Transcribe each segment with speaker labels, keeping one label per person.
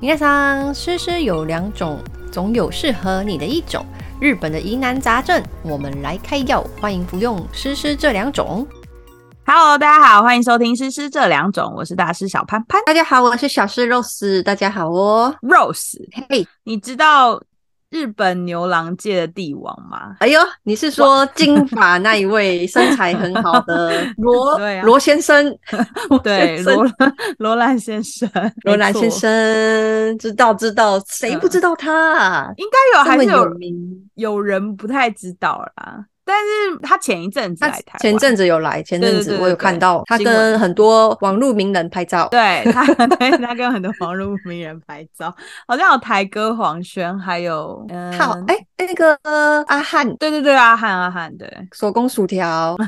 Speaker 1: 皆さん，诗诗有两种，总有适合你的一种。日本的疑难杂症，我们来开药，欢迎服用诗诗这两种。
Speaker 2: Hello，大家好，欢迎收听《诗诗这两种》，我是大师小潘潘
Speaker 1: 大家好，我是小诗 Rose，大家好哦。
Speaker 2: Rose。
Speaker 1: 嘿，
Speaker 2: 你知道日本牛郎界的帝王吗？
Speaker 1: 哎呦，你是说金发那一位身材很好 的罗
Speaker 2: 对啊
Speaker 1: 罗先 生？
Speaker 2: 对，
Speaker 1: 先生
Speaker 2: 罗 罗兰先生，
Speaker 1: 罗兰先
Speaker 2: 没错，
Speaker 1: 生，知道知道，谁不知道他啊？
Speaker 2: 应该有
Speaker 1: 这
Speaker 2: 还
Speaker 1: 么
Speaker 2: 是
Speaker 1: 有
Speaker 2: 有
Speaker 1: 名，
Speaker 2: 有人不太知道啦。但是他前一阵子
Speaker 1: 他
Speaker 2: 来台湾，
Speaker 1: 前阵子有来，前阵
Speaker 2: 对对
Speaker 1: 子
Speaker 2: 对
Speaker 1: 我有
Speaker 2: 对
Speaker 1: 看到他
Speaker 2: 新闻
Speaker 1: 跟很多网络名人拍照。
Speaker 2: 对他， 对他跟很多网络名人拍照，好像有台哥黄轩，还有嗯，
Speaker 1: 好，哎、那个呃阿汉
Speaker 2: 对对对，阿汉阿汉，对，
Speaker 1: 手工薯条，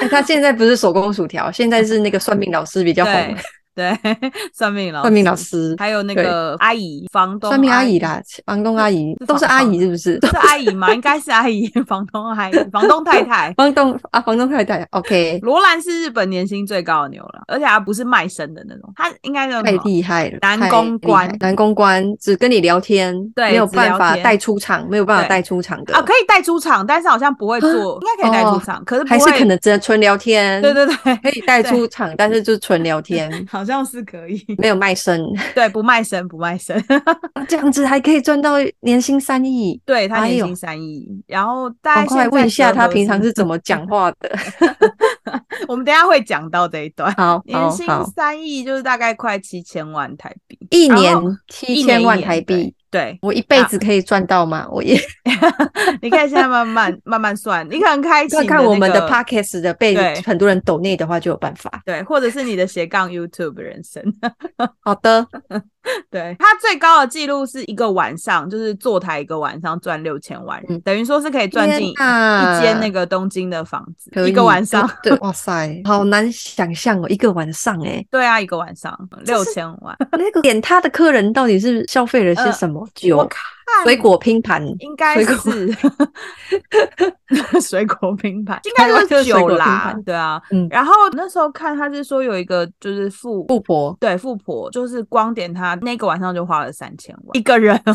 Speaker 1: 哎、他现在不是手工薯条，现在是那个算命老师比较红
Speaker 2: 对，对， 算命老
Speaker 1: 算命老
Speaker 2: 师，
Speaker 1: 师，
Speaker 2: 还有那
Speaker 1: 对
Speaker 2: 个阿姨，房东
Speaker 1: 算命阿
Speaker 2: 姨
Speaker 1: 姨啦，房东阿姨
Speaker 2: 是
Speaker 1: 都是
Speaker 2: 房
Speaker 1: 阿
Speaker 2: 东
Speaker 1: 姨是不是？
Speaker 2: 是阿姨吗？应该是阿姨，房东阿姨，房东太 太。
Speaker 1: 房东啊，房东太太，OK，
Speaker 2: 罗兰是日本年薪最高的牛了，而且还不是卖身的那种，他应该叫
Speaker 1: 太
Speaker 2: 什么？
Speaker 1: 厉害了，
Speaker 2: 男
Speaker 1: 太
Speaker 2: 公
Speaker 1: 厉害
Speaker 2: 关
Speaker 1: 男公关只跟你聊天，
Speaker 2: 对
Speaker 1: 没有
Speaker 2: 只聊
Speaker 1: 办法
Speaker 2: 天
Speaker 1: 带出场，没有办法
Speaker 2: 对
Speaker 1: 带出场的
Speaker 2: 啊，可以带出场，但是好像不会做，应该可以带出
Speaker 1: 哦
Speaker 2: 场，可是不
Speaker 1: 还
Speaker 2: 会，
Speaker 1: 是可能只能纯聊天，
Speaker 2: 对对对，
Speaker 1: 可以带
Speaker 2: 对
Speaker 1: 出场，但是就纯聊天，
Speaker 2: 好像是可以，
Speaker 1: 没有卖身，
Speaker 2: 对，不卖身，不卖身，
Speaker 1: 这样子还可以赚到年薪三亿。
Speaker 2: 对他
Speaker 1: 哎
Speaker 2: 年
Speaker 1: 呦
Speaker 2: 薪三亿，然后大概
Speaker 1: 赶快
Speaker 2: 现
Speaker 1: 问
Speaker 2: 在
Speaker 1: 一下
Speaker 2: 折合
Speaker 1: 他平常
Speaker 2: 是
Speaker 1: 是怎么讲话的。
Speaker 2: 我们等一下会讲到这一段，
Speaker 1: 好，
Speaker 2: 年
Speaker 1: 好，
Speaker 2: 薪
Speaker 1: 好，
Speaker 2: 三亿就是大概快七千万台币，
Speaker 1: 一
Speaker 2: 然
Speaker 1: 年
Speaker 2: 后
Speaker 1: 七
Speaker 2: 哦一年
Speaker 1: 千
Speaker 2: 一
Speaker 1: 万
Speaker 2: 年
Speaker 1: 台币，，
Speaker 2: 对，啊
Speaker 1: 我一辈子可以赚到吗？我 也
Speaker 2: 对 你可以现在慢慢慢慢算，你可能开启
Speaker 1: 看
Speaker 2: 你
Speaker 1: 看我们
Speaker 2: 那
Speaker 1: 的
Speaker 2: 个
Speaker 1: podcast 的被
Speaker 2: 对
Speaker 1: 很多人抖内的话就有办法。
Speaker 2: 对，或者是你的斜杠 YouTube 人生。
Speaker 1: 好的，
Speaker 2: 对他最高的记录是一个晚上，就是坐台一个晚上赚六千万，
Speaker 1: 嗯
Speaker 2: 等于说是可以赚进一
Speaker 1: 天哪
Speaker 2: 一间那个东京的房子，
Speaker 1: 可以哦
Speaker 2: 一个晚上。
Speaker 1: 对，哇塞，好难想象哦，一个晚上
Speaker 2: ，
Speaker 1: 哎
Speaker 2: 对啊，一个晚上六千万。
Speaker 1: 那个点他的客人到底是消费了些
Speaker 2: 呃
Speaker 1: 什么
Speaker 2: 我
Speaker 1: 酒、
Speaker 2: 看
Speaker 1: 水果拼盘？
Speaker 2: 应该
Speaker 1: 水果
Speaker 2: 是 水果品牌，应该
Speaker 1: 台湾
Speaker 2: 就
Speaker 1: 就是是水
Speaker 2: 酒
Speaker 1: 果
Speaker 2: 啦
Speaker 1: 拼盘。
Speaker 2: 对啊，
Speaker 1: 嗯
Speaker 2: 然后那时候看他是说有一个就是富
Speaker 1: 富婆，
Speaker 2: 对富婆，就是光点他那个晚上就花了三千万一个人 哦，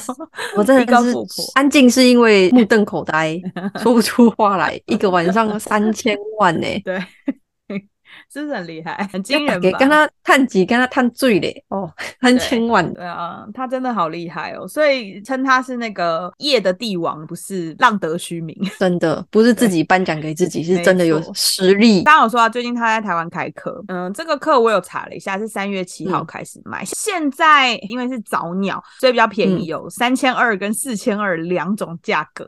Speaker 1: 我真
Speaker 2: 一个
Speaker 1: 的是
Speaker 2: 富婆
Speaker 1: 安静是因为目瞪口 呆，说不出话来，一个晚上三千万哎呢、
Speaker 2: 对，是不是很厉害，很惊人
Speaker 1: 给
Speaker 2: 吧？
Speaker 1: 跟他探几，跟他探醉嘞，哦， 三千万，
Speaker 2: 对啊，他真的好厉害哦，所以称他是那个夜的帝王，不是浪得虚名。
Speaker 1: 真的不是自己颁奖给自己，是
Speaker 2: 没
Speaker 1: 真的有
Speaker 2: 错
Speaker 1: 实力。
Speaker 2: 刚刚有说啊，最近他在台湾开课，嗯，这个课我有查了一下，是三月七号
Speaker 1: 嗯
Speaker 2: 开始卖，现在因为是早鸟，所以比较便宜，
Speaker 1: 嗯
Speaker 2: 有三千二跟四千二两种价格，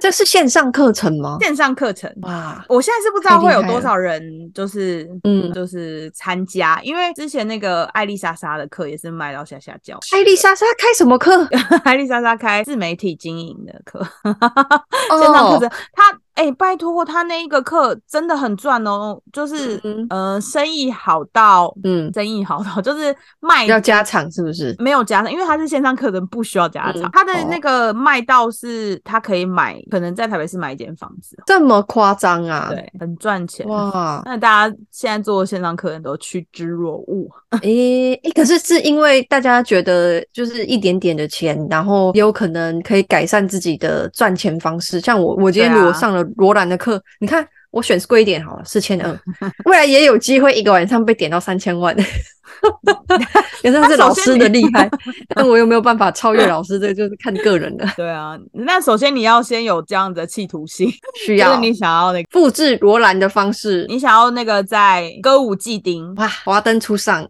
Speaker 1: 这是线上课程吗？
Speaker 2: 线上课程。
Speaker 1: 哇，
Speaker 2: 我现在是不知道
Speaker 1: 太厉
Speaker 2: 会有
Speaker 1: 害
Speaker 2: 多
Speaker 1: 了
Speaker 2: 少人，就是嗯，
Speaker 1: 嗯
Speaker 2: 就是参加，因为之前那个艾丽莎莎的课也是卖到下下叫，
Speaker 1: 艾丽莎莎开什么 课？
Speaker 2: 艾丽莎莎开自媒体经营的课，线上课
Speaker 1: 哦，
Speaker 2: 程，他哎、拜托，他那一个课真的很赚哦，就是、
Speaker 1: 嗯
Speaker 2: 呃，生意好到，
Speaker 1: 嗯，
Speaker 2: 生意好 到就是卖
Speaker 1: 要加场是不是？
Speaker 2: 没有加上，因为他是线上课程，不需要加长。
Speaker 1: 嗯
Speaker 2: 他的
Speaker 1: 哦
Speaker 2: 那个卖到是他可以买，可能在台北市买一间房子，啊
Speaker 1: 这么夸张啊？
Speaker 2: 对，很赚钱。
Speaker 1: 哇，
Speaker 2: 那大家现在做线上课程都趋之若鹜，
Speaker 1: 诶、诶可是是因为大家觉得就是一点点的钱，然后也有可能可以改善自己的赚钱方式。像我，我今天
Speaker 2: 对啊
Speaker 1: 如果上了罗兰的课，你看我选贵一点好了，四千 二，未来也有机会一个晚上被点到三千万。也算是老师的厉 害，但我有没有办法超越老师，这个就是看个人了。
Speaker 2: 对啊。那首先你要先有这样的企图心，
Speaker 1: 需
Speaker 2: 就
Speaker 1: 要
Speaker 2: 是你想要那个，
Speaker 1: 复制罗兰的方式，
Speaker 2: 你想要那个在歌舞伎町
Speaker 1: 哇，华灯初上，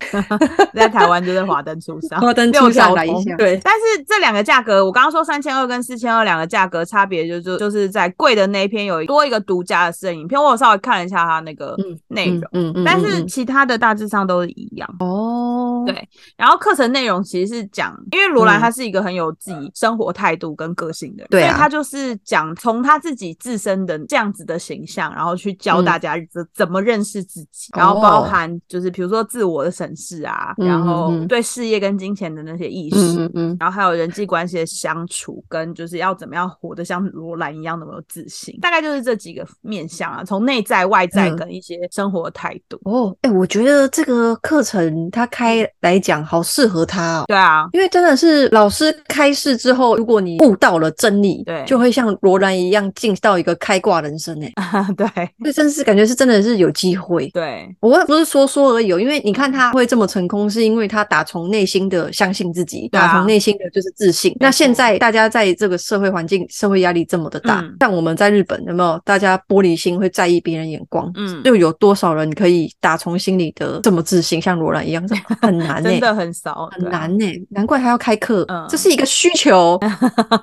Speaker 2: 在台湾就是华灯初上，
Speaker 1: 华灯
Speaker 2: 六
Speaker 1: 初
Speaker 2: 条
Speaker 1: 上
Speaker 2: 通
Speaker 1: 来一下，。对，
Speaker 2: 但是这两个价格，我刚刚说三千二跟四千二两个价格差别，就就就是在贵的那一篇有多一个独家的摄影片，我有稍微看了一下它那个
Speaker 1: 嗯
Speaker 2: 内容
Speaker 1: 嗯，嗯嗯，
Speaker 2: 但
Speaker 1: 嗯
Speaker 2: 是
Speaker 1: 嗯
Speaker 2: 其他的大致上都是一样。
Speaker 1: 哦，
Speaker 2: 对然后课程内容其实是讲，因为罗兰
Speaker 1: 嗯
Speaker 2: 他是一个很有自己生活态度跟个性的人，
Speaker 1: 对
Speaker 2: 所以
Speaker 1: 啊
Speaker 2: 他就是讲从他自己自身的这样子的形象，然后去教
Speaker 1: 嗯
Speaker 2: 大家怎怎么认识自己，然后包
Speaker 1: 哦
Speaker 2: 含就是比如说自我的审视啊，
Speaker 1: 嗯
Speaker 2: 然后
Speaker 1: 嗯嗯
Speaker 2: 对事业跟金钱的那些意识。
Speaker 1: 嗯嗯嗯，
Speaker 2: 然后还有人际关系的相处，跟就是要怎么样活得像罗兰一样那么有自信，大概就是这几个面向啊，从内在、外在
Speaker 1: 嗯
Speaker 2: 跟一些生活态度。嗯
Speaker 1: 哦，哎、我觉得这个课程它开来讲好适合他哦。
Speaker 2: 对啊，
Speaker 1: 因为真的是老师开示之后，如果你悟到了真理，
Speaker 2: 对
Speaker 1: 就会像罗兰一样进到一个开挂人生诶、
Speaker 2: 对
Speaker 1: 这真是感觉是真的是有机会。
Speaker 2: 对
Speaker 1: 我不是说说而已哦，因为你看他会这么成功，是因为他打从内心的相信自己，
Speaker 2: 对啊
Speaker 1: 打从内心的就是自信。那现在大家在这个社会环境、社会压力这么的大，
Speaker 2: 嗯
Speaker 1: 像我们在日本有没有？大家玻璃心会在意别人眼光，
Speaker 2: 嗯
Speaker 1: 又有多少人可以打从心里的这么自信，像罗兰一 样，这很难呢、
Speaker 2: 真的很少，
Speaker 1: 很
Speaker 2: 对啊
Speaker 1: 难呢、欸难怪他要开课，
Speaker 2: 嗯
Speaker 1: 这是一个需 求，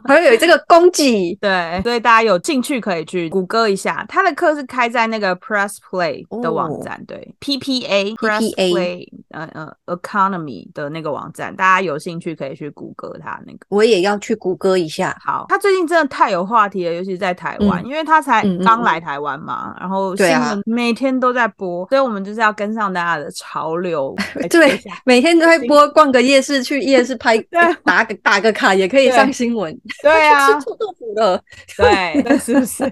Speaker 1: 还有这个供给。
Speaker 2: 对，所以大家有兴趣可以去谷歌一下，他的课是开在那个 Press Play 的网
Speaker 1: 哦
Speaker 2: 站，对 PPA Press
Speaker 1: PPA
Speaker 2: Play 呃呃 Economy 的那个网站，大家有兴趣可以去谷歌他那个。
Speaker 1: 我也要去谷歌一下，
Speaker 2: 好，他最近真的太有话题了，尤其是在台湾，
Speaker 1: 嗯
Speaker 2: 因为他才
Speaker 1: 嗯嗯
Speaker 2: 刚
Speaker 1: 嗯
Speaker 2: 来台湾嘛，然后新
Speaker 1: 对啊
Speaker 2: 闻每天都在播，所以我们就是要跟上大家的潮 流来追一下，
Speaker 1: 对每天都会播逛个夜市，去夜市拍打个打个卡也可以
Speaker 2: 啊对
Speaker 1: 上新闻。
Speaker 2: 对啊
Speaker 1: 去，吃臭豆腐了，
Speaker 2: 对，对是不是？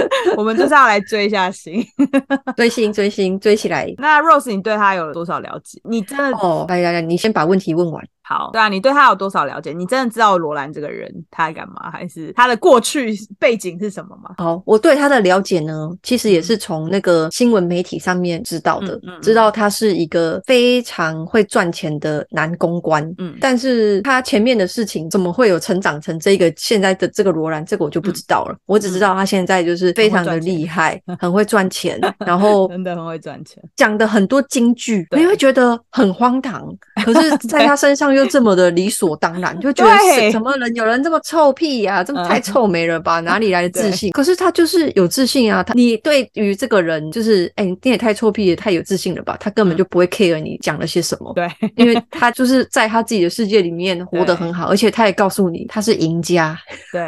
Speaker 2: 我们就是要来追一下星。
Speaker 1: 追星追星追起来。
Speaker 2: 那 Rose，你对他有多少了解？你真的
Speaker 1: 哦，来来来，你先把问题问完。
Speaker 2: 好，对啊，你对他有多少了解？你真的知道罗兰这个人他在干嘛，还是他的过去背景是什么吗？
Speaker 1: 好，我对他的了解呢，其实也是从那个新闻媒体上面知道的，
Speaker 2: 嗯嗯嗯嗯
Speaker 1: 知道他是一个非常会赚钱的男公关。
Speaker 2: 嗯
Speaker 1: 但是他前面的事情怎么会有成长成这个现在的这个罗兰，这个我就
Speaker 2: 嗯
Speaker 1: 不知道了。我只知道他现在就是非常的厉 害，很会赚钱，然后
Speaker 2: 真的很会赚钱，
Speaker 1: 讲的很多金句，
Speaker 2: 对
Speaker 1: 你会觉得很荒 唐，可是在他身上又这么的理所当然，就觉得
Speaker 2: 对
Speaker 1: 是怎么人有人这么臭屁呀、这么
Speaker 2: 嗯
Speaker 1: 太臭美了 吧？哪里来的自信？可是他就是有自信啊！他你对于这个人就是，哎、你也太臭屁，也太有自信了吧？他根本就不会 care 你讲了些什么。
Speaker 2: 嗯对，
Speaker 1: 因为他就是在他自己的世界里面活得很好，而且他也告诉你他是赢 家，
Speaker 2: 对，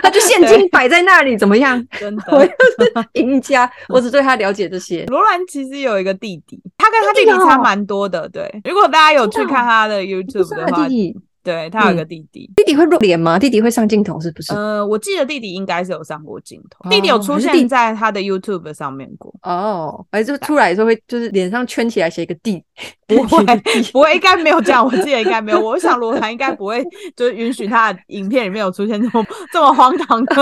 Speaker 1: 他就现金摆在那里，怎么样？
Speaker 2: 真
Speaker 1: 我
Speaker 2: 的。
Speaker 1: 就是赢家，我只对他了解这 些。
Speaker 2: 罗兰其实有一个弟弟，他跟他弟
Speaker 1: 弟
Speaker 2: 弟
Speaker 1: 弟
Speaker 2: 差
Speaker 1: 哦
Speaker 2: 蛮多的。对，如果大家有去
Speaker 1: 真的哦
Speaker 2: 看他的
Speaker 1: 不
Speaker 2: YouTube
Speaker 1: 是
Speaker 2: 的
Speaker 1: 他
Speaker 2: 话，
Speaker 1: 弟弟，
Speaker 2: 对他有一个
Speaker 1: 嗯
Speaker 2: 弟弟。
Speaker 1: 弟弟会露脸吗？弟弟会上镜头是不是？
Speaker 2: 呃，我记得弟弟应该是有上过镜头，
Speaker 1: 哦
Speaker 2: 弟弟有出
Speaker 1: 还是弟
Speaker 2: 现在他的 YouTube 上面过，
Speaker 1: 哦，还是出来的时候会就是脸上圈起来写一个 弟，
Speaker 2: 不会，不会，应该没有这样，我记得应该没有。我想罗兰应该不会，就是允许他的影片里面有出现这么 这么荒唐的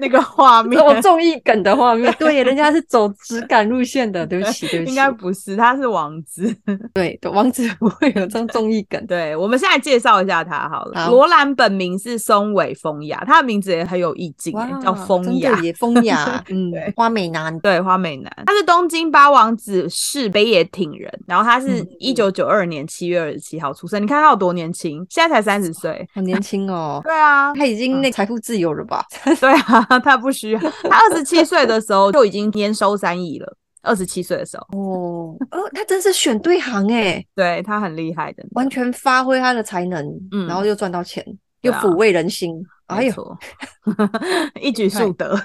Speaker 2: 那个画面
Speaker 1: 这，么综艺梗的画面。 对，人家是走质感路线的， 对不起，对不起，
Speaker 2: 应该不是，他是王子。
Speaker 1: 对，王子不会有这种综艺梗。
Speaker 2: 对，我们现在介绍一下他好了。
Speaker 1: 好
Speaker 2: 罗兰本名是松尾丰雅，他的名字也很有意境欸，叫丰
Speaker 1: 真
Speaker 2: 雅
Speaker 1: 的。也风 雅，嗯
Speaker 2: 对，
Speaker 1: 花美男，
Speaker 2: 对，花美男，他是东京八王子市北野町人，然后他是
Speaker 1: 嗯
Speaker 2: 一九九二年七月二十七号出生，你看他有多年轻，现在才三十岁。
Speaker 1: 好年轻哦。
Speaker 2: 对啊，
Speaker 1: 他已经那财富自由了吧？
Speaker 2: 对啊， 他不需要。他二十七岁的时候就已经年收三亿了。二十七岁的时候，
Speaker 1: 哦，哦，他真是选对行哎，
Speaker 2: 对他很厉害的，
Speaker 1: 完全发挥他的才能，
Speaker 2: 嗯
Speaker 1: 然后又赚到钱，
Speaker 2: 对
Speaker 1: 又
Speaker 2: 啊
Speaker 1: 抚慰人心。哎
Speaker 2: 没
Speaker 1: 呦，
Speaker 2: 错， 一举数得。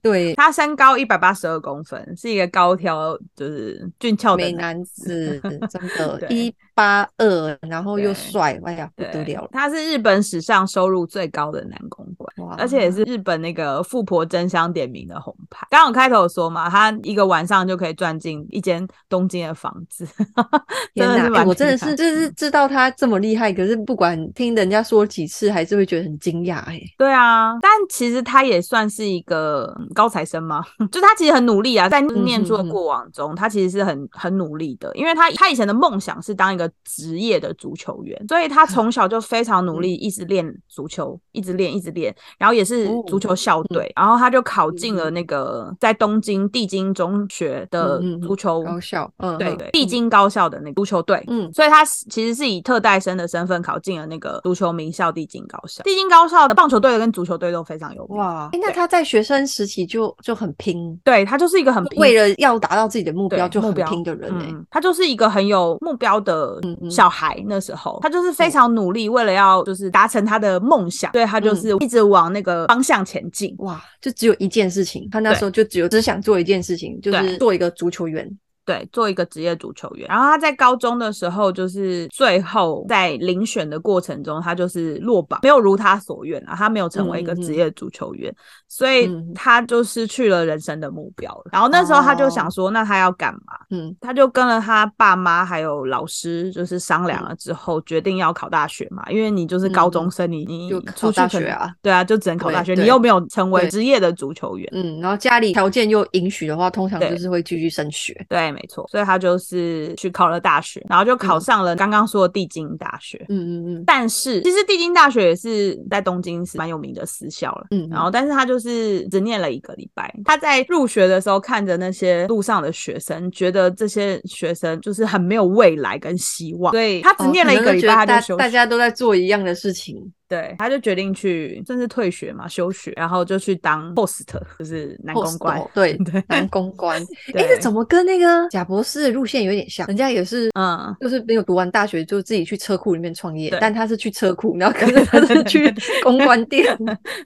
Speaker 1: 对，
Speaker 2: 他身高一百八十二公分，是一个高挑，就是俊俏的
Speaker 1: 美男子，真的，
Speaker 2: 对
Speaker 1: 一八二，然后又
Speaker 2: 对
Speaker 1: 帅，哎呀，不
Speaker 2: 对
Speaker 1: 得了了，
Speaker 2: 他是日本史上收入最高的男公关，
Speaker 1: 哇！
Speaker 2: 而且也是日本那个富婆争相点名的红牌。刚刚我开头有说嘛，他一个晚上就可以赚进一间东京的房子，
Speaker 1: 天
Speaker 2: 真的是嗯
Speaker 1: 哪，哎
Speaker 2: 蛮
Speaker 1: 我真的
Speaker 2: 厉害
Speaker 1: 是就是知道他这么厉害，可是不管听人家说几次，还是会觉得很惊讶，哎，
Speaker 2: 对啊，但其实他也算是一个嗯高材生嘛， 就他其实很努力啊，在念书的
Speaker 1: 嗯嗯嗯
Speaker 2: 过往中，他其实是很很努力的，因为他他以前的梦想是当一个职业的足球员，所以
Speaker 1: 嗯
Speaker 2: 他从小就非常努力，一直练足球，一直练，一直练，然后也是
Speaker 1: 哦嗯
Speaker 2: 足球校队，然后他就考进了那个在东京帝京中学的
Speaker 1: 嗯嗯嗯
Speaker 2: 足球，
Speaker 1: 高效，嗯，
Speaker 2: 对
Speaker 1: 嗯
Speaker 2: 对，帝，京高校的那个足球队，
Speaker 1: 嗯，
Speaker 2: 所以他是其实是以特待生的身份考进了那个足球名校帝京高校。帝京高校的棒球队跟足球队都非常有名。
Speaker 1: 哇，哎，那
Speaker 2: 对
Speaker 1: 他在学生时期就就很拼，
Speaker 2: 对他就是一个很拼
Speaker 1: 为了要达到自己的目
Speaker 2: 对
Speaker 1: 标就
Speaker 2: 目
Speaker 1: 很
Speaker 2: 标
Speaker 1: 拼的人，哎，
Speaker 2: 嗯，他就是一个很有目标的
Speaker 1: 嗯
Speaker 2: 小孩。那时候他就是非常努力，为了要就是达成他的梦想，对他就是一直往那个方向前进。
Speaker 1: 哇，就只有一件事情，他那时候就只有只想做一件事情，就
Speaker 2: 对
Speaker 1: 是做一个足球员。
Speaker 2: 对，做一个职业足球员。然后他在高中的时候，就是最后在遴选的过程中，他就是落榜，没有如他所愿啊，他没有成为一
Speaker 1: 嗯
Speaker 2: 个职业足球员，所以他就失去了人生的目标了。然后那时候他就
Speaker 1: 哦
Speaker 2: 想说，那他要干嘛？
Speaker 1: 嗯，
Speaker 2: 他就跟了他爸妈还有老师，就是商量了之后，决定要考大学嘛，因为你就是高中生，你你
Speaker 1: 嗯就
Speaker 2: 出
Speaker 1: 考
Speaker 2: 去
Speaker 1: 大学
Speaker 2: 可能
Speaker 1: 啊，
Speaker 2: 对啊，就只能考大
Speaker 1: 对
Speaker 2: 学，
Speaker 1: 对
Speaker 2: 你又没有成为
Speaker 1: 对
Speaker 2: 职业的足球员。
Speaker 1: 嗯，然后家里条件又允许的话，通常
Speaker 2: 对
Speaker 1: 就是会继续升学。
Speaker 2: 对，没错，所以他就是去考了大学，然后就考
Speaker 1: 嗯
Speaker 2: 上了刚刚说的帝京大学。
Speaker 1: 嗯嗯嗯
Speaker 2: 但是其实帝京大学也是在东京是蛮有名的私校了。
Speaker 1: 嗯，
Speaker 2: 然后，但是他就是只念了一个礼拜。他在入学的时候看着那些路上的学生，觉得这些学生就是很没有未来跟希望，所以他只
Speaker 1: 哦
Speaker 2: 念
Speaker 1: 可
Speaker 2: 了一
Speaker 1: 能
Speaker 2: 个
Speaker 1: 就
Speaker 2: 礼
Speaker 1: 觉
Speaker 2: 拜
Speaker 1: 得大
Speaker 2: 他就休
Speaker 1: 大
Speaker 2: 息
Speaker 1: 家都在做一样的事情，
Speaker 2: 对，他就决定去，甚至退学嘛，休学，然后就去当 host，就是男公关。
Speaker 1: 哦对
Speaker 2: 对，
Speaker 1: 男公关。哎、
Speaker 2: 对
Speaker 1: 这怎么跟那个贾博士的路线有点像？人家也是，
Speaker 2: 嗯，
Speaker 1: 就是没有读完大学就自己去车库里面创业
Speaker 2: 对，
Speaker 1: 但他是去车库，然后可 是他是去公关店，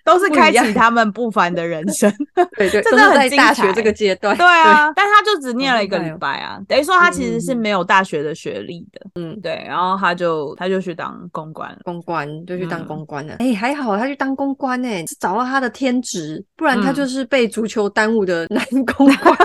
Speaker 2: 都是
Speaker 1: 不一
Speaker 2: 开 启
Speaker 1: 样
Speaker 2: 他们不凡的人生。
Speaker 1: 对对，
Speaker 2: 真
Speaker 1: 都
Speaker 2: 的
Speaker 1: 是
Speaker 2: 很
Speaker 1: 在
Speaker 2: 精
Speaker 1: 大学
Speaker 2: 彩
Speaker 1: 这个阶 段。
Speaker 2: 对啊，但他就只念
Speaker 1: 好
Speaker 2: 了一
Speaker 1: 厉
Speaker 2: 个
Speaker 1: 害
Speaker 2: 礼
Speaker 1: 哦
Speaker 2: 拜啊，等于说他其实是
Speaker 1: 嗯嗯嗯
Speaker 2: 没有大学的学历的，
Speaker 1: 嗯
Speaker 2: 对，然后他就他就去当公关了，
Speaker 1: 公关就去当
Speaker 2: 嗯
Speaker 1: 公关了，哎、还好他去当公关哎、是找到他的天职，不然他
Speaker 2: 嗯
Speaker 1: 就是被足球耽误的 男公关。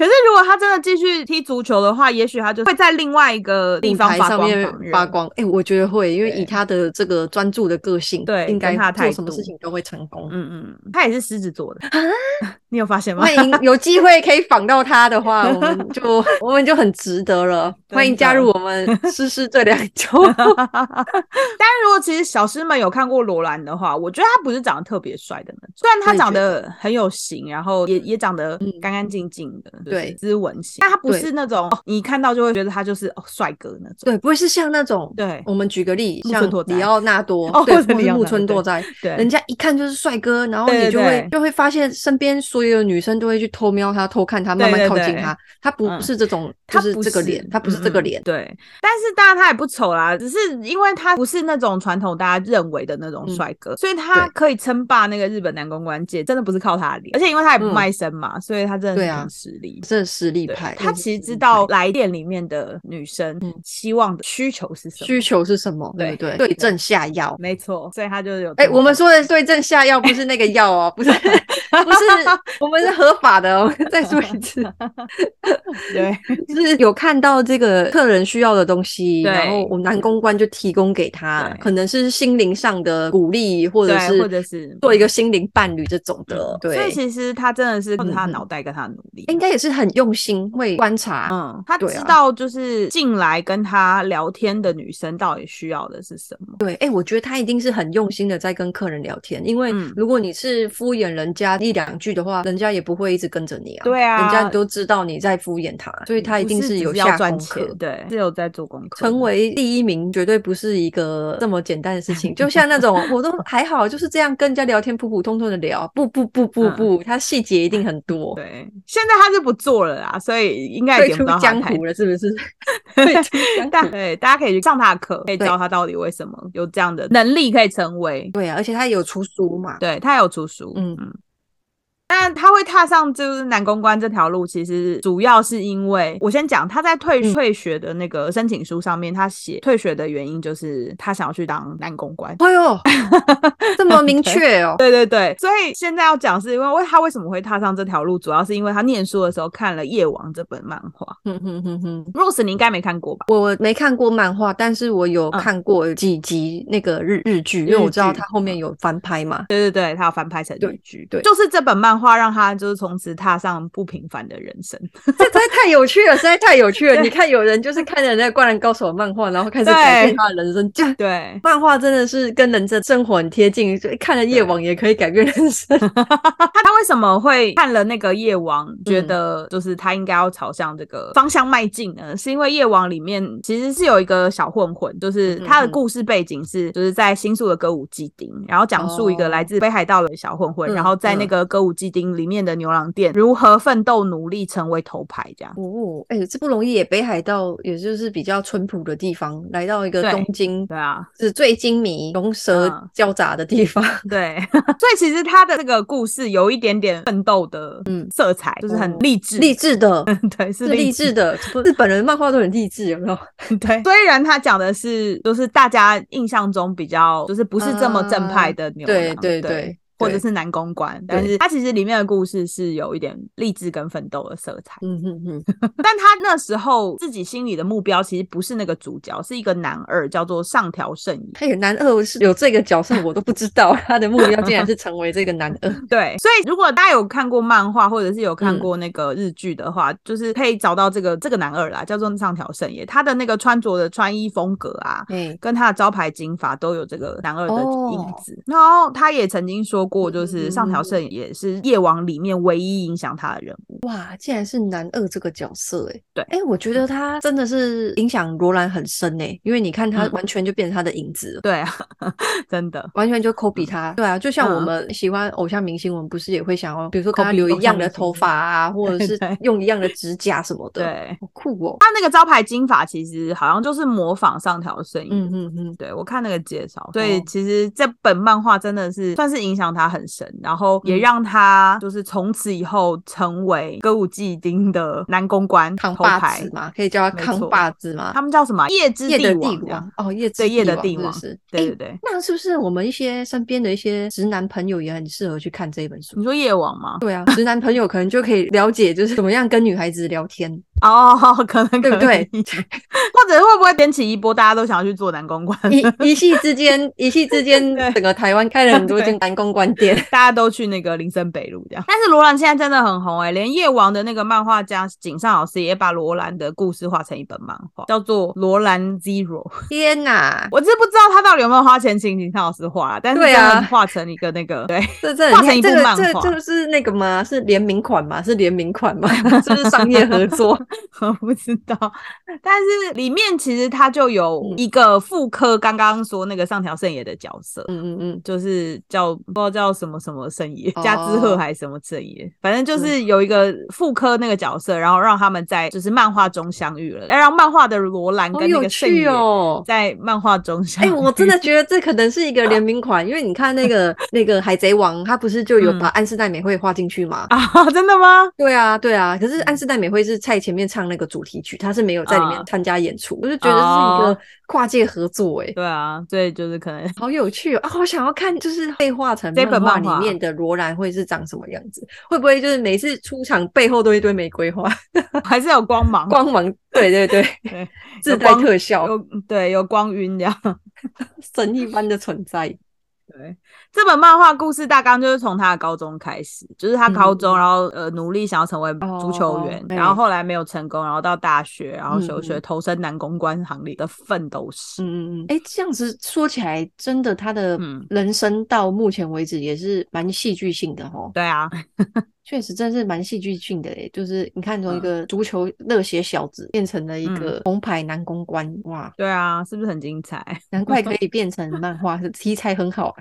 Speaker 2: 可是如果他真的继续踢足球的话，也许他就会在另外一个地
Speaker 1: 舞
Speaker 2: 方
Speaker 1: 台
Speaker 2: 发
Speaker 1: 上
Speaker 2: 光
Speaker 1: 面
Speaker 2: 发
Speaker 1: 发
Speaker 2: 热。
Speaker 1: 光，哎、我觉得会，因为
Speaker 2: 对
Speaker 1: 以他的这个专注的个性，
Speaker 2: 对
Speaker 1: 应
Speaker 2: 跟
Speaker 1: 该
Speaker 2: 他的态
Speaker 1: 做什么
Speaker 2: 度
Speaker 1: 事情都会成功。
Speaker 2: 嗯嗯，嗯他也是狮子座的， 你有发现吗？
Speaker 1: 欢 迎有机会可以访到他的话，我们就我们就很值得了。欢迎加入我 们诗诗这两周。
Speaker 2: 但如果其实小师们有看过罗兰的话，我觉得他不是长得特别帅的那种，虽然他
Speaker 1: 我也
Speaker 2: 长
Speaker 1: 觉得
Speaker 2: 得很有型，然后也也长得
Speaker 1: 嗯
Speaker 2: 干干净净的，就是
Speaker 1: 对
Speaker 2: 斯文型，但他不
Speaker 1: 对
Speaker 2: 是那种哦你一看到就会觉得他就是哦帅哥那种。
Speaker 1: 对，不会是像那种，
Speaker 2: 对
Speaker 1: 我们举个例，
Speaker 2: 木村
Speaker 1: 像
Speaker 2: 拓哉
Speaker 1: 里奥纳多
Speaker 2: 哦，
Speaker 1: 对，
Speaker 2: 或者
Speaker 1: 或
Speaker 2: 里
Speaker 1: 是
Speaker 2: 奥
Speaker 1: 木
Speaker 2: 纳
Speaker 1: 村
Speaker 2: 多
Speaker 1: 拓哉，
Speaker 2: 对，
Speaker 1: 人家一看就是帅哥，然后
Speaker 2: 对对
Speaker 1: 你就会
Speaker 2: 对
Speaker 1: 就会发现身边所有的女生都会去偷瞄他、偷看他，慢
Speaker 2: 对
Speaker 1: 慢
Speaker 2: 对
Speaker 1: 靠近
Speaker 2: 对
Speaker 1: 他。他不
Speaker 2: 嗯
Speaker 1: 是这种，
Speaker 2: 他
Speaker 1: 就是
Speaker 2: 不
Speaker 1: 这个脸，他不是这个
Speaker 2: 嗯嗯
Speaker 1: 脸。
Speaker 2: 对，但是当然他也不丑啦，只是因为他不是那种传统大家认为的那种帅哥，所以他
Speaker 1: 嗯对
Speaker 2: 可以称霸那个日本男公关界，真的不是靠他的脸，而且因为他也不
Speaker 1: 嗯
Speaker 2: 卖身嘛，所以他真的
Speaker 1: 对
Speaker 2: 是
Speaker 1: 啊
Speaker 2: 很实力。
Speaker 1: 这实力
Speaker 2: 对
Speaker 1: 派，
Speaker 2: 他
Speaker 1: 真是
Speaker 2: 其实
Speaker 1: 实
Speaker 2: 知
Speaker 1: 力
Speaker 2: 道
Speaker 1: 派
Speaker 2: 来电里面的女生
Speaker 1: 嗯
Speaker 2: 希望的需求是什么，
Speaker 1: 需求是什么，对不
Speaker 2: 对
Speaker 1: 对？
Speaker 2: 对
Speaker 1: 对症下药。
Speaker 2: 没错，所以他就有这
Speaker 1: 哎，
Speaker 2: 种
Speaker 1: 我们
Speaker 2: 感
Speaker 1: 说的对症下药不是那个药哦， 不是不是，我们是合法的哦。我们再说一 次，
Speaker 2: 觉对
Speaker 1: 就是有看到这个客人需要的东西，
Speaker 2: 对
Speaker 1: 然后我们男公关就提供给他
Speaker 2: 对，
Speaker 1: 可能是心灵上的鼓励，或者
Speaker 2: 对，
Speaker 1: 是
Speaker 2: 或者是嗯
Speaker 1: 做一个心灵伴侣这种的。对，
Speaker 2: 所以其实他真的是靠着他
Speaker 1: 嗯
Speaker 2: 的
Speaker 1: 嗯
Speaker 2: 脑袋跟他的努力，啊
Speaker 1: 应该也是很用心会观察。
Speaker 2: 嗯，他
Speaker 1: 对
Speaker 2: 知
Speaker 1: 啊
Speaker 2: 道就是进来跟他聊天的女生到底需要的是什么。
Speaker 1: 对，哎、我觉得他一定是很用心的在跟客人聊天，因为
Speaker 2: 嗯
Speaker 1: 如果你是敷衍人家一两句的话，人家也不会一直跟着你啊。
Speaker 2: 对啊
Speaker 1: 人家都知道你在敷衍他，所以他一
Speaker 2: 不
Speaker 1: 定
Speaker 2: 是只
Speaker 1: 有
Speaker 2: 是要
Speaker 1: 下
Speaker 2: 赚
Speaker 1: 功
Speaker 2: 钱
Speaker 1: 课。，
Speaker 2: 对，是有在做功课的。
Speaker 1: 成为第一名绝对不是一个这么简单的事情，就像那种我 都还好，就是这样跟人家聊天，普普通通的聊，不不不不
Speaker 2: 嗯
Speaker 1: 不，他细节一定很多，
Speaker 2: 对，现在他是不做了啦，所以应该
Speaker 1: 退
Speaker 2: 也点不
Speaker 1: 出
Speaker 2: 到他
Speaker 1: 江
Speaker 2: 的台
Speaker 1: 湖了是不是？
Speaker 2: 对
Speaker 1: 退出江
Speaker 2: 大
Speaker 1: 湖。
Speaker 2: 对，大家可以去上他的课，可以知道他到底为什么有这样的能力可以成为。
Speaker 1: 对啊，而且他有出书嘛，
Speaker 2: 对他有出书，嗯
Speaker 1: 嗯
Speaker 2: 嗯。但他会踏上就是男公关这条路，其实主要是因为我先讲他在退、
Speaker 1: 嗯
Speaker 2: 退学的那个申请书上面，他写退学的原因就是他想要去当男公关。
Speaker 1: 哎呦，这么明确哦。
Speaker 2: 对对对，所以现在要讲是因为为他为什么会踏上这条路，主要是因为他念书的时候看了《夜王》这本漫画。
Speaker 1: 哼哼哼哼。
Speaker 2: Rose，你应该没看过吧？
Speaker 1: 我没看过漫画，但是我有
Speaker 2: 嗯
Speaker 1: 看过几集那个日日剧，嗯因为
Speaker 2: 日
Speaker 1: 我知道
Speaker 2: 剧
Speaker 1: 它后面有翻拍嘛。
Speaker 2: 对对对，他有翻拍成
Speaker 1: 对
Speaker 2: 日剧，
Speaker 1: 对
Speaker 2: 就是这本漫画让他就是从此踏上不平凡的人生。
Speaker 1: 这实在太有趣了，实在太有趣 了！
Speaker 2: 对
Speaker 1: 你看，有人就是看了那个《灌篮高手》的漫画，然后开始
Speaker 2: 对
Speaker 1: 改变他的人生。这样
Speaker 2: 对，
Speaker 1: 漫画真的是跟人的生活很贴近，所以看了《夜
Speaker 2: 对
Speaker 1: 王》也可以改变人生。
Speaker 2: 他他为什么会看了那个夜王，觉
Speaker 1: 嗯
Speaker 2: 得就是他应该要朝向这个方向迈进呢？是因为夜王里面其实是有一个小混混，就是
Speaker 1: 嗯
Speaker 2: 他的
Speaker 1: 嗯
Speaker 2: 故事背景是就是在新宿的歌舞伎町，然后讲述一个
Speaker 1: 哦
Speaker 2: 来自北海道的小混混，
Speaker 1: 嗯
Speaker 2: 然后在那
Speaker 1: 嗯
Speaker 2: 个歌舞伎基金》里面的牛郎店如何奋斗努力成为头牌这样。
Speaker 1: 哦，哎、这不容易耶！北海道也就是比较淳朴的地方，来到一个
Speaker 2: 对
Speaker 1: 东京
Speaker 2: 对啊，
Speaker 1: 是最精迷、龙蛇
Speaker 2: 嗯
Speaker 1: 交杂的地方。
Speaker 2: 对， 所以其实他的这个故事有一点点奋斗的
Speaker 1: 嗯
Speaker 2: 色彩，就是很励志，
Speaker 1: 励志的，
Speaker 2: 对，是
Speaker 1: 是励志的。日本人漫画都很励志，有没有？
Speaker 2: 对，虽然他讲的是，就是大家印象中比较，就是不是这么正派的牛郎，
Speaker 1: 嗯对对
Speaker 2: 对
Speaker 1: 对，
Speaker 2: 或者是男公关，但是他其实里面的故事是有一点励志跟奋斗的色彩。
Speaker 1: 嗯哼哼，
Speaker 2: 但他那时候自己心里的目标其实不是那个主角，是一个男二，叫做上条胜也。
Speaker 1: 他有男二是有这个角色，我都不知道他的目标竟然是成为这个男 二。
Speaker 2: 对，所以如果大家有看过漫画或者是有看
Speaker 1: 嗯
Speaker 2: 过那个日剧的话，就是可以找到这个这个男二啦，叫做上条胜也，他的那个穿着的穿衣风格啊，
Speaker 1: 哎，
Speaker 2: 跟他的招牌金发都有这个男二的影
Speaker 1: 哦
Speaker 2: 子。然后他也曾经说过，就
Speaker 1: 嗯
Speaker 2: 是上条胜也是夜王里面唯一影响他的人物。
Speaker 1: 哇，竟然是男二这个角色，哎，
Speaker 2: 对嗯
Speaker 1: 哎，我觉得他真的是影响罗兰很深哎，因为你看他
Speaker 2: 嗯
Speaker 1: 完全就变成他的影子了。
Speaker 2: 对啊， 真的。
Speaker 1: 完全就抠比他，对啊，就像
Speaker 2: 嗯
Speaker 1: 我们喜欢偶像明星，我们不是也会想要，比如说跟
Speaker 2: copy
Speaker 1: 他留一样的
Speaker 2: 偶像明星
Speaker 1: 头发 啊，或者是
Speaker 2: 对
Speaker 1: 用一样的指甲什么的，，
Speaker 2: 对
Speaker 1: 好酷哦，
Speaker 2: 他那个招牌金发，其实好像就是模仿上条胜也。
Speaker 1: 嗯嗯嗯，
Speaker 2: 对我看那个介绍，所以
Speaker 1: 哦
Speaker 2: 其实这本漫画真的是算是影响他很深，然后也
Speaker 1: 嗯
Speaker 2: 让他就是从此以后成为歌舞伎町的男公关
Speaker 1: 扛
Speaker 2: 头
Speaker 1: 把
Speaker 2: 牌
Speaker 1: 子。嘛，可以叫他
Speaker 2: 没
Speaker 1: 扛
Speaker 2: 错
Speaker 1: 把子嘛，
Speaker 2: 他们叫什么？啊夜之
Speaker 1: 夜的
Speaker 2: 王
Speaker 1: 帝
Speaker 2: 这样。
Speaker 1: 王哦，夜之
Speaker 2: 对夜的帝
Speaker 1: 王
Speaker 2: 王
Speaker 1: 是不
Speaker 2: 对
Speaker 1: 是？
Speaker 2: 对
Speaker 1: 哎，
Speaker 2: 对，
Speaker 1: 那是不是我们一些身边的一些直男朋友也很适合去看这一本书？
Speaker 2: 你说夜王吗？
Speaker 1: 对啊，直男朋友可能就可以了解，就是怎么样跟女孩子聊 天，
Speaker 2: 哦， 可能
Speaker 1: 对不对？
Speaker 2: 可以 或者会不会掀起一波，大家都想要去做男公关，
Speaker 1: 一一夕之间，一夕之 间，
Speaker 2: 对
Speaker 1: 整个台湾开了很多
Speaker 2: 对
Speaker 1: 间男公关店。
Speaker 2: 大家都去那个林森北路这样？但是罗兰现在真的很红哎、连夜王的那个漫画家井上老师也把罗兰的故事画成一本漫画，叫做《罗兰 Zero》。
Speaker 1: 天哪，
Speaker 2: 我真不知道他到底有没有花钱请井上老师画啦，但是
Speaker 1: 对啊
Speaker 2: 真的画成一个那个 对。
Speaker 1: 这这
Speaker 2: 画
Speaker 1: 很
Speaker 2: 成一
Speaker 1: 厉害
Speaker 2: 部漫
Speaker 1: 这个
Speaker 2: 画
Speaker 1: 这这是那个吗？是联名款吗？是联名款吗？ 是不是商业合作？
Speaker 2: 我不知道，但是里面其实他就有
Speaker 1: 嗯
Speaker 2: 一个妇科，刚刚说那个上条胜也的角色，
Speaker 1: 嗯嗯嗯，
Speaker 2: 就是叫不知道叫什么什么圣爷
Speaker 1: 哦，嗯
Speaker 2: 加之鹤还是什么圣爷，反正就是有一个妇科那个角色，然后让他们在就是漫画中相遇了，要哎让漫画的罗兰
Speaker 1: 好
Speaker 2: 跟那
Speaker 1: 有
Speaker 2: 个圣爷
Speaker 1: 趣哦。
Speaker 2: 在漫画中相
Speaker 1: 哎、
Speaker 2: 遇。
Speaker 1: 我真的觉得这可能是一
Speaker 2: 啊
Speaker 1: 个联名款，因为你看那 个那个海贼王，他不是就
Speaker 2: 嗯
Speaker 1: 有把安室奈美惠画进去吗？
Speaker 2: 啊，真的吗？
Speaker 1: 对啊，对啊。可
Speaker 2: 嗯
Speaker 1: 是安室奈美惠是在前面唱那个主题曲，她是没有在里面
Speaker 2: 啊
Speaker 1: 参加演出，我就觉得是一
Speaker 2: 哦
Speaker 1: 个跨界合作、哎。
Speaker 2: 对啊，所以就是可能
Speaker 1: 好有趣哦！啊，好想要看，就是被画成
Speaker 2: 这本
Speaker 1: 漫画
Speaker 2: 漫画
Speaker 1: 里面的罗兰会是长什么样子？会不会就是每次出场背后都一堆玫瑰花
Speaker 2: 还是有光芒，
Speaker 1: 光芒？对对对，
Speaker 2: 哦对
Speaker 1: 自
Speaker 2: 有
Speaker 1: 带
Speaker 2: 光
Speaker 1: 特效，
Speaker 2: 有对有光晕这样。
Speaker 1: 神一般的存在。
Speaker 2: 对，这本漫画故事大纲就是从他的高中开始，就是他高中，
Speaker 1: 嗯
Speaker 2: 然后呃努力想要成为足球员
Speaker 1: 哦，
Speaker 2: 然后后来没有成功，然后到大学，然后休
Speaker 1: 嗯
Speaker 2: 学，
Speaker 1: 嗯
Speaker 2: 投身男公关行列的奋斗史。
Speaker 1: 嗯嗯嗯，哎，这样子说起来，真的他的
Speaker 2: 嗯
Speaker 1: 人生到目前为止也是蛮戏剧性的哦。
Speaker 2: 对 啊，
Speaker 1: 确实，真是蛮戏剧性的诶，就是你看从一
Speaker 2: 嗯
Speaker 1: 个足球热血小子变成了一
Speaker 2: 嗯
Speaker 1: 个红牌男公关，哇，
Speaker 2: 对啊，是不是很精彩？
Speaker 1: 难怪可以变成漫画，题材很好。啊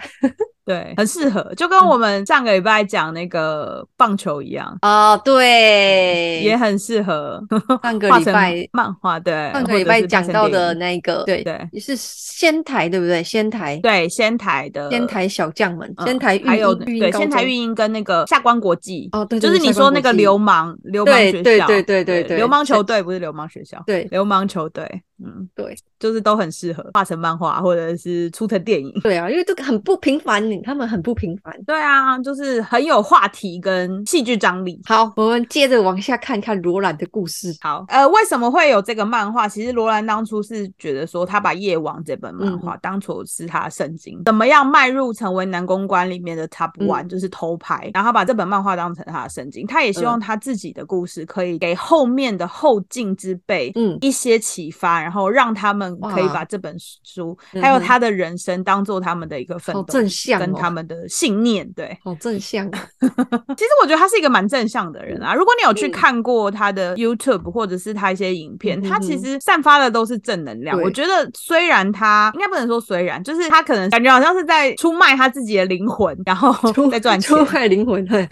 Speaker 2: 对，很适合，就
Speaker 1: 嗯
Speaker 2: 跟我们上个礼拜讲那个棒球一样，
Speaker 1: 哦，对，
Speaker 2: 也很适合
Speaker 1: 上个
Speaker 2: 画
Speaker 1: 礼
Speaker 2: 成
Speaker 1: 拜
Speaker 2: 漫画。对，
Speaker 1: 上
Speaker 2: 或
Speaker 1: 个
Speaker 2: 者
Speaker 1: 礼拜
Speaker 2: 是变
Speaker 1: 讲
Speaker 2: 成
Speaker 1: 到
Speaker 2: 电
Speaker 1: 的
Speaker 2: 影
Speaker 1: 那个，对，
Speaker 2: 对
Speaker 1: 也是仙台，对不对？仙台，
Speaker 2: 对仙台的嗯
Speaker 1: 仙台小将们，仙台育
Speaker 2: 还有
Speaker 1: 英育英
Speaker 2: 对
Speaker 1: 高
Speaker 2: 仙台
Speaker 1: 中
Speaker 2: 育英跟那个下关国际
Speaker 1: 哦对对
Speaker 2: 就
Speaker 1: 对
Speaker 2: 是你说那个流氓流氓
Speaker 1: 对
Speaker 2: 学校，
Speaker 1: 对对对对对
Speaker 2: 流氓球队不是流氓学校，
Speaker 1: 对
Speaker 2: 流氓球队，嗯，
Speaker 1: 对
Speaker 2: 就是都很适合画成漫画或者是出成电影。
Speaker 1: 对啊，因为这个很不平凡，你他们很不平凡。
Speaker 2: 对啊，就是很有话题跟戏剧张力。
Speaker 1: 好，我们接着往下看看罗兰的故事。
Speaker 2: 好，呃，为什么会有这个漫画？其实罗兰当初是觉得说，他把《夜王》这本
Speaker 1: 嗯
Speaker 2: 漫画当做是他的圣经，怎么样迈入成为男公关里面的 top
Speaker 1: 嗯
Speaker 2: one，、就是头牌。然后他把这本漫画当成他的圣经，他也
Speaker 1: 嗯
Speaker 2: 希望他自己的故事可以给后面的后进之辈
Speaker 1: 嗯
Speaker 2: 一些启发，然后让让他们可以把这本书还有他的人生当做他们的一个奋斗，
Speaker 1: 嗯好正向哦
Speaker 2: 跟他们的信念。对，
Speaker 1: 好正向哦，
Speaker 2: 其实我觉得他是一个蛮正向的人啊。如果你有去看过他的 YouTube 或者是他一些影片，
Speaker 1: 嗯
Speaker 2: 他其实散发的都是正能量。
Speaker 1: 对
Speaker 2: 我觉得虽然他应该不能说虽然，就是他可能感觉好像是在出卖他自己的灵魂，然后
Speaker 1: 出
Speaker 2: 在赚钱。
Speaker 1: 出卖灵魂， 对，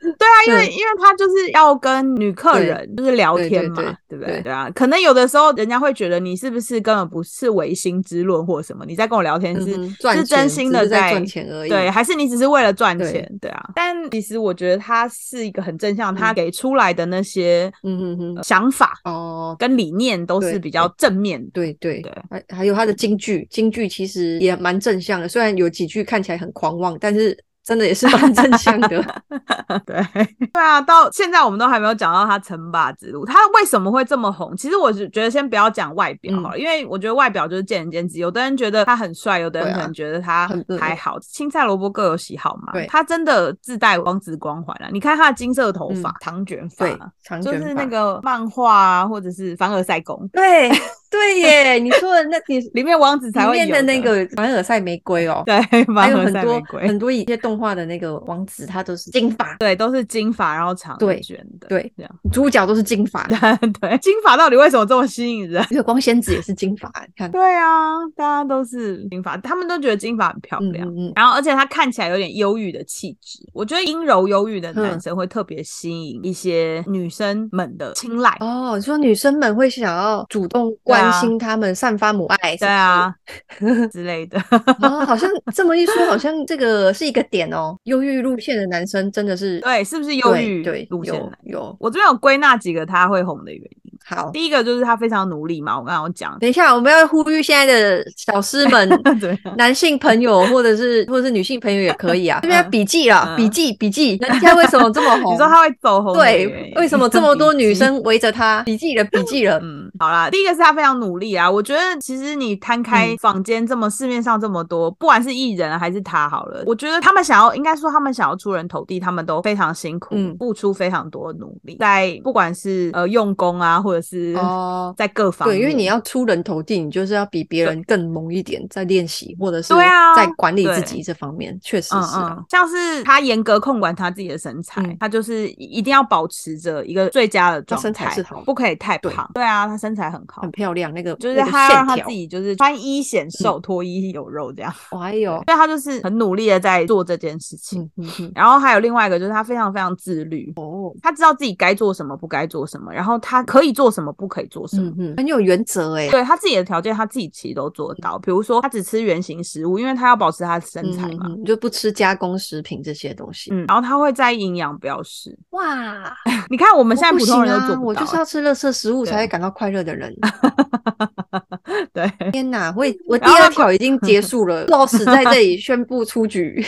Speaker 2: 对啊，因为
Speaker 1: 对
Speaker 2: 因为他就是要跟女客
Speaker 1: 对
Speaker 2: 人就是聊
Speaker 1: 对
Speaker 2: 天
Speaker 1: 对
Speaker 2: 嘛，对不对？
Speaker 1: 对
Speaker 2: 对啊，可能有的时候人家会觉得你是不是根本不是唯心之论或什么，你在跟我聊天是、
Speaker 1: 嗯赚
Speaker 2: 是
Speaker 1: 钱
Speaker 2: 真心
Speaker 1: 只
Speaker 2: 的
Speaker 1: 是在赚钱而已，
Speaker 2: 对，还是你只是为了赚
Speaker 1: 对
Speaker 2: 钱？对啊，但其实我觉得他是一个很正向，他给出来的那些
Speaker 1: 嗯嗯嗯，
Speaker 2: 想法
Speaker 1: 哦，
Speaker 2: 跟理念都是
Speaker 1: 对
Speaker 2: 比较正面的。
Speaker 1: 对对
Speaker 2: 对，
Speaker 1: 还还有他的京剧，京剧其实也蛮正向的，虽然有几句看起来很狂妄，但是真的也是蛮正向 的。
Speaker 2: 对对啊，到现在我们都还没有讲到他称霸之路，他为什么会这么红？其实我是觉得先不要讲外表好了，
Speaker 1: 嗯
Speaker 2: 因为我觉得外表就是见仁见智，有的人觉得他很帅，有的人
Speaker 1: 对啊
Speaker 2: 可能觉得他
Speaker 1: 很
Speaker 2: 还好，青菜萝卜各有喜好嘛
Speaker 1: 对。
Speaker 2: 他真的自带光子光环啊！你看他的金色头发、
Speaker 1: 嗯
Speaker 2: 长卷发，啊
Speaker 1: 对，长
Speaker 2: 就
Speaker 1: 卷
Speaker 2: 是
Speaker 1: 发
Speaker 2: 那个漫画啊，或者是凡尔赛宫
Speaker 1: 对对耶，你说的那你
Speaker 2: 里面王 子才
Speaker 1: 里
Speaker 2: 会有
Speaker 1: 面的那。个凡尔赛玫瑰哦，
Speaker 2: 对，
Speaker 1: 还
Speaker 2: 凡
Speaker 1: 有
Speaker 2: 尔
Speaker 1: 很
Speaker 2: 赛
Speaker 1: 多
Speaker 2: 玫瑰，
Speaker 1: 很多一些动画的那个王子，他都是金发，
Speaker 2: 对，都是金发，然后长
Speaker 1: 对
Speaker 2: 卷的，
Speaker 1: 对
Speaker 2: 这样。
Speaker 1: 主角都是金发，
Speaker 2: 对，金发到底为什么这么吸引人？
Speaker 1: 月光仙子也是金发，你看，
Speaker 2: 对啊，大家都是金发，他们都觉得金发很漂
Speaker 1: 嗯
Speaker 2: 亮。
Speaker 1: 嗯嗯，
Speaker 2: 然后，而且她看起来有点忧郁的气质，我觉得阴柔忧郁的男生会特别吸引一些女生们的青睐。
Speaker 1: 哦，你说女生们会想要主动关心他们，散发母爱，
Speaker 2: 啊对啊， 之类的。
Speaker 1: 是不是，哦，好像这么一说，好像这个是一个点哦。忧郁路线的男生真的是
Speaker 2: 对，是不是忧
Speaker 1: 对
Speaker 2: 郁
Speaker 1: 对
Speaker 2: 路线
Speaker 1: 有
Speaker 2: 男？
Speaker 1: 有
Speaker 2: 我这边有归纳几个他会红的原因。
Speaker 1: 好。
Speaker 2: 第一个就是他非常努力嘛，我刚刚有讲。
Speaker 1: 等一下，我们要呼吁现在的小师们，
Speaker 2: 对啊，
Speaker 1: 男性朋友或者是或者是女性朋友也可以啊，这边要笔记啦，
Speaker 2: 嗯
Speaker 1: 笔记笔记，人家为什么这么红？
Speaker 2: 你说他会走红的原
Speaker 1: 对
Speaker 2: 因，
Speaker 1: 为什么这么多
Speaker 2: 笔
Speaker 1: 女
Speaker 2: 记
Speaker 1: 生围着他？笔记了，笔记了，
Speaker 2: 嗯，好啦，第一个是他非常努力啊，我觉得其实你摊开
Speaker 1: 嗯
Speaker 2: 坊间这么市面上这么多，不管是艺人啊还是他好了，我觉得他们想要，应该说他们想要出人头地，他们都非常辛苦，
Speaker 1: 嗯
Speaker 2: 付出非常多的努力，在不管是呃用功啊，或者是
Speaker 1: 哦
Speaker 2: 在各方面，
Speaker 1: 对，因为你要出人头地，你就是要比别人更猛一点，在练习或者是
Speaker 2: 对啊
Speaker 1: 在管理自
Speaker 2: 对
Speaker 1: 己这方面，确实
Speaker 2: 嗯
Speaker 1: 是啊
Speaker 2: 嗯，像是他严格控管他自己的身材，
Speaker 1: 嗯
Speaker 2: 他就是一定要保持着一个最佳的
Speaker 1: 她
Speaker 2: 状态，
Speaker 1: 身材是好
Speaker 2: 不可以太
Speaker 1: 对
Speaker 2: 胖。对啊，他身材很好
Speaker 1: 很。漂亮。那个
Speaker 2: 就是
Speaker 1: 那个
Speaker 2: 他要让他
Speaker 1: 线条嗯
Speaker 2: 自，己就是穿衣显瘦，脱衣有肉这样。
Speaker 1: 哇哎呦，
Speaker 2: 所以他就是很努力的在做这件事情。
Speaker 1: 嗯嗯嗯，
Speaker 2: 然后还有另外一个就是他非常非常自律，
Speaker 1: 哦，
Speaker 2: 他知道自己该做什么，不该做什么，然后他可以做什么，不可以做什么。
Speaker 1: 嗯嗯，很有原则哎，
Speaker 2: 对他自己的条件，他自己其实都做到。比如说，他只吃原形食物，因为他要保持他的身
Speaker 1: 嗯
Speaker 2: 材
Speaker 1: 嗯
Speaker 2: 嘛。
Speaker 1: 嗯就不吃加工食品这些东西。
Speaker 2: 嗯，然后他会在意营养标识。
Speaker 1: 哇，
Speaker 2: 你看，我们现在
Speaker 1: 我
Speaker 2: 普
Speaker 1: 不
Speaker 2: 通
Speaker 1: 行
Speaker 2: 人都
Speaker 1: 啊
Speaker 2: 做不
Speaker 1: 我
Speaker 2: 到、
Speaker 1: 就是要吃垃圾食物才
Speaker 2: 对
Speaker 1: 会感到快乐的人。
Speaker 2: 对，
Speaker 1: 天哪，我我第
Speaker 2: 然后
Speaker 1: 二
Speaker 2: 他
Speaker 1: 条已经结束了，Lost 在这里宣布出局。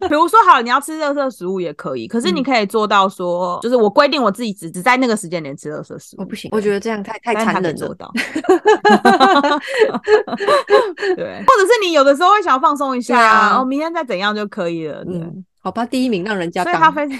Speaker 2: 比如说，好了，你要吃热色食物也可以，可是你
Speaker 1: 嗯
Speaker 2: 可以做到说，就是我规定我自己只只在那个时间点吃热色食物。
Speaker 1: 我不行，
Speaker 2: 对
Speaker 1: 我觉得这样太太
Speaker 2: 但是他
Speaker 1: 残
Speaker 2: 可以
Speaker 1: 忍
Speaker 2: 做
Speaker 1: 了。
Speaker 2: 到。 对，或者是你有的时候会想放松一下
Speaker 1: 对
Speaker 2: 啊，
Speaker 1: 啊
Speaker 2: 哦，明天再怎样就可以了。对，
Speaker 1: 嗯，好吧，第一名让人家
Speaker 2: 所以他
Speaker 1: 当。
Speaker 2: 非常，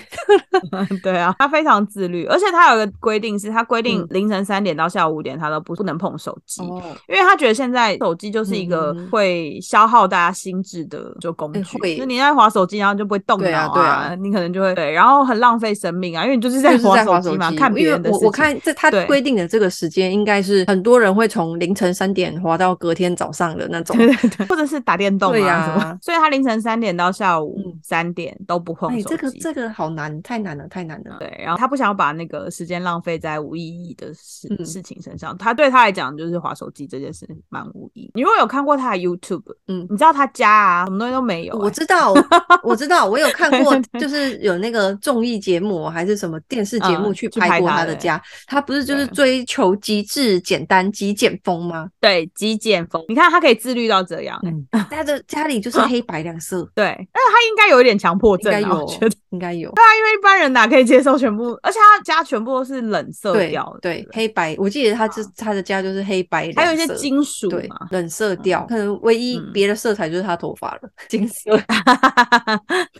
Speaker 2: 对啊，他非常自律，而且他有一个规定是，他规定
Speaker 1: 嗯
Speaker 2: 凌晨三点到下午五点他都不不能碰手机。
Speaker 1: 哦，
Speaker 2: 因为他觉得现在手机就是一个
Speaker 1: 嗯嗯嗯
Speaker 2: 会消耗大家心智的就工具，
Speaker 1: 哎会
Speaker 2: 就你在划手机，然后就不会动
Speaker 1: 对啊
Speaker 2: 脑
Speaker 1: 对啊
Speaker 2: 你可能就会对，然后很浪费生命啊，因为你就是在
Speaker 1: 就是在滑
Speaker 2: 划
Speaker 1: 手
Speaker 2: 手机
Speaker 1: 机
Speaker 2: 嘛，看别
Speaker 1: 因为
Speaker 2: 人的事
Speaker 1: 我
Speaker 2: 情。
Speaker 1: 我看这他
Speaker 2: 对
Speaker 1: 规定的这个时间，应该是很多人会从凌晨三点滑到隔天早上的那种。
Speaker 2: 对对对，或者是打电动
Speaker 1: 对
Speaker 2: 啊
Speaker 1: 呀
Speaker 2: 什么， 所以他凌晨三点到下午
Speaker 1: 嗯
Speaker 2: 三点都不碰
Speaker 1: 哎，
Speaker 2: 手
Speaker 1: 这
Speaker 2: 机。
Speaker 1: 个这个好难，太难了，太难了。
Speaker 2: 对，然后他不想要把那个时间浪费在无意义的事、
Speaker 1: 嗯
Speaker 2: 事情身上，他对他来讲就是划手机这件事蛮无意义。你如果有看过他的 YouTube，
Speaker 1: 嗯
Speaker 2: 你知道他家啊什么东西都没有、
Speaker 1: 我
Speaker 2: 欸
Speaker 1: 知道， 我知道，我有看过，就是有那个综艺节目还是什么电视节目
Speaker 2: 嗯
Speaker 1: 去
Speaker 2: 去拍
Speaker 1: 拍过
Speaker 2: 他
Speaker 1: 他
Speaker 2: 的
Speaker 1: 的家，他不是就是
Speaker 2: 对
Speaker 1: 追求极致、简单、极简风吗？
Speaker 2: 对极简风，
Speaker 1: 嗯
Speaker 2: 你看他可以自律到这样欸、
Speaker 1: 嗯，他的家里就是黑白两色，
Speaker 2: 对，但是他应该有一点强获证
Speaker 1: 应该
Speaker 2: 啊，我
Speaker 1: 有
Speaker 2: 觉得。，
Speaker 1: 应该有。
Speaker 2: 对啊，因为一般人哪可以接受全部，而且他家全部都是冷色
Speaker 1: 对
Speaker 2: 调的，
Speaker 1: 对
Speaker 2: 不，啊
Speaker 1: 黑白，我记得他就是他的家就是黑白冷色，
Speaker 2: 还有一些金属
Speaker 1: 对
Speaker 2: 嘛，
Speaker 1: 冷色调，可能唯一
Speaker 2: 嗯
Speaker 1: 别的色彩就是他头发了，金色。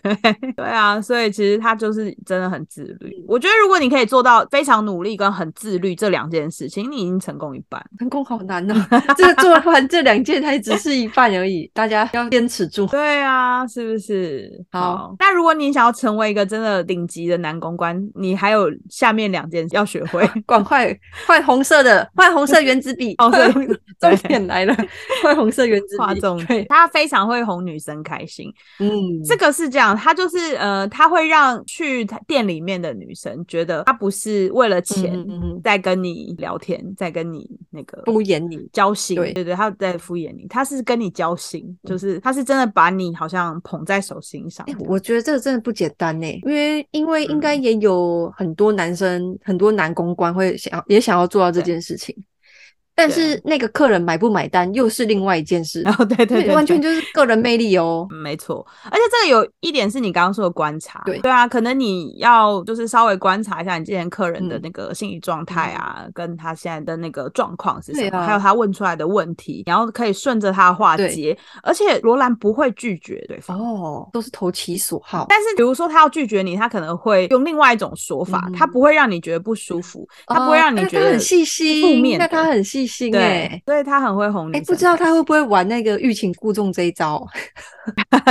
Speaker 2: 对 对啊，所以其实他就是真的很自律。我觉得如果你可以做到非常努力跟很自律这两件事情，你已经成功一半。
Speaker 1: 成功好难哦，这个做完这两件，它也只是一半而已，大家要坚持住。
Speaker 2: 对啊，是不是？
Speaker 1: 好
Speaker 2: 那如果你想要成为一个真的顶级的男公关，你还有下面两件要学 会。
Speaker 1: 赶快换红色的，换红色原子笔。
Speaker 2: 哦，对，
Speaker 1: 重点来了，换红色原子
Speaker 2: 画
Speaker 1: 笔。
Speaker 2: 重
Speaker 1: 对
Speaker 2: 点，，他非常会哄女生开心。
Speaker 1: 嗯，
Speaker 2: 这个是这样，他就是呃，他会让去他店里面的女生觉得他不是为了钱
Speaker 1: 嗯嗯嗯
Speaker 2: 在跟你聊天，在跟你那个
Speaker 1: 敷衍你。
Speaker 2: 交心，
Speaker 1: 对
Speaker 2: 对对，他在敷衍你，他是跟你交心，就是他是真的把你好像捧在手心上
Speaker 1: 哎。我觉得这个真的不简单呢，因为因为应该
Speaker 2: 嗯
Speaker 1: 也有很多男生，很多男公关会想要也想要做到这件事情，但是那个客人买不买单又是另外一件事，
Speaker 2: 然后对啊对对
Speaker 1: 对，完全
Speaker 2: 对嗯
Speaker 1: 就是个人魅力哦。
Speaker 2: 没错，而且这个有一点是你刚刚说的观察，
Speaker 1: 对
Speaker 2: 啊，可能你要就是稍微观察一下你之前客人的
Speaker 1: 嗯
Speaker 2: 那个心理状态啊，跟他现在的那个状况是什
Speaker 1: 对
Speaker 2: 么，
Speaker 1: 啊
Speaker 2: 还有他问出来的问题，然后可以顺着他的话
Speaker 1: 对
Speaker 2: 接，而且罗兰不会拒绝对方。
Speaker 1: 哦，都是投其所好，
Speaker 2: 但是，比如说他要拒绝你，他可能会用另外一种说法，
Speaker 1: 嗯
Speaker 2: 他不会让你觉得不舒服，他不会
Speaker 1: 哦
Speaker 2: 让你
Speaker 1: 那
Speaker 2: 觉
Speaker 1: 他
Speaker 2: 得
Speaker 1: 很细
Speaker 2: 是
Speaker 1: 心，
Speaker 2: 负面
Speaker 1: 那
Speaker 2: 的
Speaker 1: 他很细心哎、
Speaker 2: 对，嗯所以他很会哄女
Speaker 1: 哎、
Speaker 2: 生
Speaker 1: 不知道他
Speaker 2: 开
Speaker 1: 会
Speaker 2: 心
Speaker 1: 不会玩那个欲擒故纵这一 招？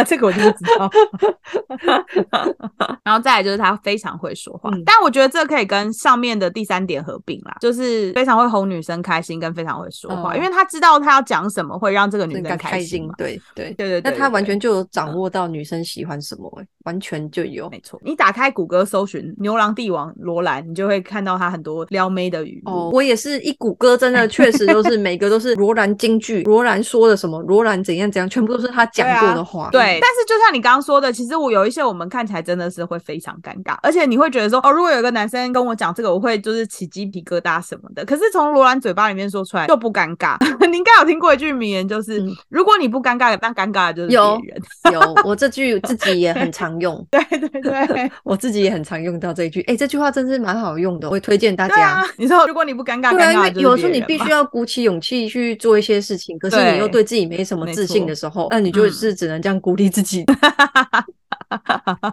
Speaker 2: 这个我就不知道。 然后再来就是他非常会说话，
Speaker 1: 嗯
Speaker 2: 但我觉得这可以跟上面的第三点合并啦，就是非常会哄女生开心，跟非常会说话，
Speaker 1: 哦
Speaker 2: 因为他知道他要讲什么会让嗯这个女
Speaker 1: 真
Speaker 2: 生
Speaker 1: 的开
Speaker 2: 心嘛。
Speaker 1: 对对。
Speaker 2: 对对对
Speaker 1: 那他
Speaker 2: 对
Speaker 1: 完
Speaker 2: 对嗯
Speaker 1: 全就有掌握到女生喜欢什么、欸，完全就有
Speaker 2: 没错，你打开谷歌搜寻“牛郎帝王罗兰”，你就会看到他很多撩妹的语录。
Speaker 1: 哦。我也是一谷歌，真 的确实都是每个都是罗兰金句，罗兰说的什么，罗兰怎样怎样，全部都是他讲
Speaker 2: 对啊
Speaker 1: 过的话。
Speaker 2: 对，但是就像你刚刚说的，其实我有一些我们看起来真的是会非常尴尬，而且你会觉得说，哦，如果有一个男生跟我讲这个，我会就是起鸡皮疙瘩什么的。可是从罗兰嘴巴里面说出来就不尴尬。 你应该有听过一句名言，就是、
Speaker 1: 嗯
Speaker 2: 如果你不尴尬，那尴尬的就是
Speaker 1: 有
Speaker 2: 别人。，
Speaker 1: 有我这句自己也很常用
Speaker 2: 对对对。
Speaker 1: 我自己也很常用到这一句。哎、这句话真是蛮好用的，我会推荐大
Speaker 2: 对
Speaker 1: 家。
Speaker 2: 啊，你说如果你不尴尬，
Speaker 1: 对啊，
Speaker 2: 尴
Speaker 1: 因
Speaker 2: 尬
Speaker 1: 为
Speaker 2: 的就是
Speaker 1: 有时候
Speaker 2: 别
Speaker 1: 你
Speaker 2: 人
Speaker 1: 必
Speaker 2: 嘛
Speaker 1: 须要鼓起勇气去做一些事情，可是你又
Speaker 2: 对
Speaker 1: 对自己没什嗯么
Speaker 2: 没
Speaker 1: 自信
Speaker 2: 错
Speaker 1: 的时候，那你就是只能这样鼓励自己。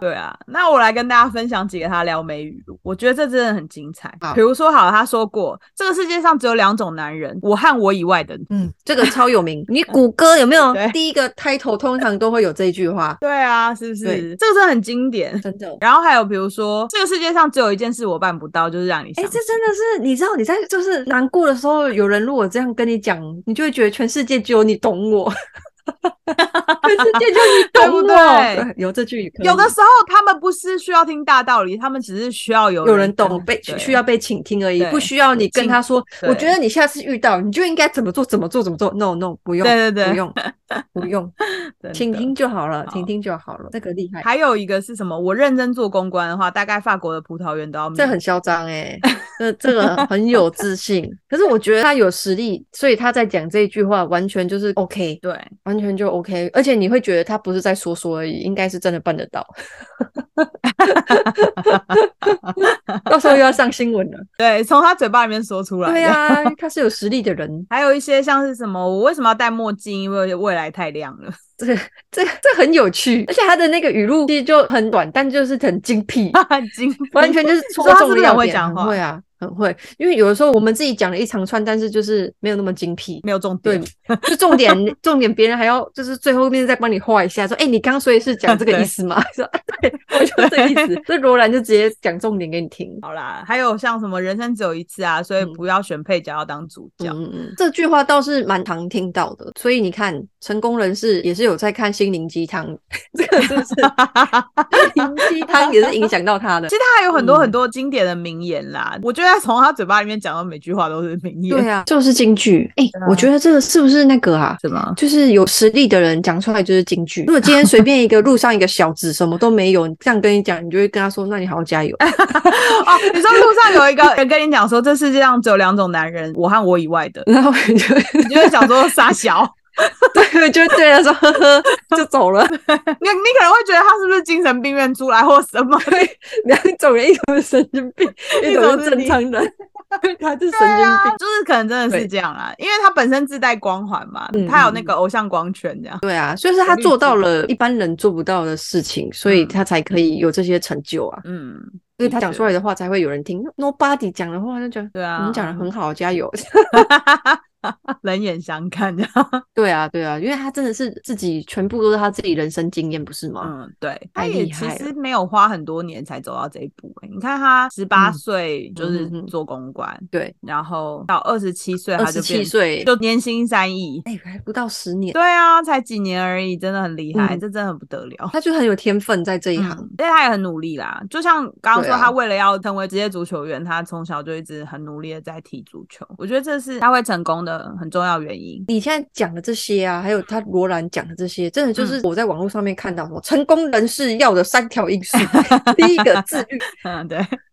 Speaker 2: 对啊，那我来跟大家分享几个他撩妹语录，我觉得这真的很精彩
Speaker 1: 好。
Speaker 2: 比如说，好了，他说过，这个世界上只有两种男人，我和我以外的。
Speaker 1: 嗯，这个超有名。你谷歌有没 有
Speaker 2: 对
Speaker 1: 第一个 title 通常都会有这一句话？
Speaker 2: 对啊，是不
Speaker 1: 对
Speaker 2: 是？这个真的很经典。
Speaker 1: 真的。
Speaker 2: 然后还有比如说，这个世界上只有一件事我办不到，就是让你
Speaker 1: 哎、
Speaker 2: 相
Speaker 1: 这
Speaker 2: 信。
Speaker 1: 真的是，你知道你在就是难过的时候，有人如果这样跟你讲，你就会觉得全世界只有你懂我， 全世界就你
Speaker 2: 对
Speaker 1: 懂
Speaker 2: 不
Speaker 1: 我。
Speaker 2: 对
Speaker 1: 有这句也可以，
Speaker 2: 有的时候他们不是需要听大道理，他们只是需要有
Speaker 1: 有人懂
Speaker 2: 跟
Speaker 1: 被
Speaker 2: 对
Speaker 1: 需要被倾听而已，
Speaker 2: 对
Speaker 1: 不需要你跟
Speaker 2: 倾
Speaker 1: 他说，
Speaker 2: 对
Speaker 1: 我觉得你下次遇到你就应该怎么做怎么做怎么做。No No，不用，
Speaker 2: 对对对
Speaker 1: 不用，不用，
Speaker 2: 真的
Speaker 1: 倾听就好了，
Speaker 2: 好
Speaker 1: 倾听就好了，这个厉害，
Speaker 2: 还有一个是什么？我认真做公关的话，大概法国的葡萄园都要
Speaker 1: 这
Speaker 2: 灭
Speaker 1: 很嚣张哎，这这个很有自信。可是我觉得他有实力，所以他在讲这一句话完全就是 OK，
Speaker 2: 对。
Speaker 1: 完全就 OK，而且你会觉得他不是在说说而已，应该是真的办得到。到时候又要上新闻了。
Speaker 2: 对，从他嘴巴里面说出来。
Speaker 1: 对啊，他是有实力的人，
Speaker 2: 还有一些像是什么，我为什么要戴墨镜？因为未来太亮了。
Speaker 1: 这这很有趣，而且他的那个语录其实就很短，但就是很精辟，
Speaker 2: 金
Speaker 1: 完全就是戳
Speaker 2: 啊你说他是
Speaker 1: 中
Speaker 2: 不
Speaker 1: 了
Speaker 2: 是很
Speaker 1: 要
Speaker 2: 会
Speaker 1: 点。
Speaker 2: 讲
Speaker 1: 很
Speaker 2: 话
Speaker 1: 会啊，很会。因为有的时候我们自己讲了一长串，但是就是没有那么精辟。
Speaker 2: 没有重
Speaker 1: 对
Speaker 2: 点。，
Speaker 1: 就重点重点，别人还要就是最后面再帮你画一下，说，哎、你刚刚所以是讲这个
Speaker 2: 对
Speaker 1: 意思吗？ 说，啊对，我就这个意 思。这罗兰就直接讲重点给你听。
Speaker 2: 好啦，还有像什么人生只有一次啊，所以
Speaker 1: 嗯
Speaker 2: 不要选配角，要当主角。
Speaker 1: 嗯嗯嗯，这句话倒是蛮常听到的，所以你看，成功人士也是有在看心灵鸡汤，这个是不是心灵鸡汤也是影响到他的
Speaker 2: 其？实他还有很多
Speaker 1: 嗯
Speaker 2: 很多经典的名言啦，我觉得从他嘴巴里面讲的每句话都是名言，
Speaker 1: 对啊，就是京剧。哎、
Speaker 2: 对啊
Speaker 1: 我觉得这个是不是那个啊？
Speaker 2: 是吗？
Speaker 1: 就是有实力的人讲出来就是京剧。如果今天随便一个路上一个小子什么都没有，这样跟你讲，你就会跟他说：“那你好好加油。
Speaker 2: 哦，你说路上有一个人跟你讲说，这世界上只有两种男人，我和我以外的”，
Speaker 1: 然后你就
Speaker 2: 你就会想说傻小，
Speaker 1: 对，就对了说呵呵就走了。
Speaker 2: 你你可能会觉得他是不是精神病院出来或什么？
Speaker 1: 对，两种人，一种是神经病，一种是正常人， 他是神经病。
Speaker 2: 就是可能真的是这样啦，因为他本身自带光环嘛，
Speaker 1: 嗯
Speaker 2: 他有那个偶像光圈这样。
Speaker 1: 对啊，就是他做到了一般人做不到的事情，所以他才可以有这些成就啊。
Speaker 2: 嗯，
Speaker 1: 所以他讲出来的话才会有人听。Nobody 讲的话就觉得，
Speaker 2: 对啊，
Speaker 1: 你讲的很好，加油。
Speaker 2: 冷眼相看这样。
Speaker 1: 对啊，对啊，因为他真的是自己全部都是他自己人生经验，不是吗？
Speaker 2: 嗯，对，他
Speaker 1: 太
Speaker 2: 也
Speaker 1: 厉
Speaker 2: 其
Speaker 1: 害
Speaker 2: 实
Speaker 1: 了
Speaker 2: 没有花很多年才走到这一步、欸。你看他十八
Speaker 1: 嗯
Speaker 2: 岁就是
Speaker 1: 嗯嗯嗯
Speaker 2: 做公关，
Speaker 1: 对，
Speaker 2: 然后到二十七岁
Speaker 1: 二
Speaker 2: 他就
Speaker 1: 十
Speaker 2: 变
Speaker 1: 七岁，
Speaker 2: 就年薪三亿。
Speaker 1: 哎，还不到十年，
Speaker 2: 对啊，才几年而已，真的很厉害，
Speaker 1: 嗯
Speaker 2: 这真的很不得了。
Speaker 1: 他就很有天分在这一行。
Speaker 2: 嗯，但他也很努力啦。就像刚刚
Speaker 1: 对
Speaker 2: 说，
Speaker 1: 啊
Speaker 2: 他为了要成为职业足球员，他从小就一直很努力的在踢足球。我觉得这是他会成功的很重要原因。
Speaker 1: 你现在讲的这些啊，还有他罗兰讲的这些，真
Speaker 2: 嗯
Speaker 1: 的就是我在网络上面看到什么成功人士要的三条因素，第一个自律，
Speaker 2: 嗯，对，是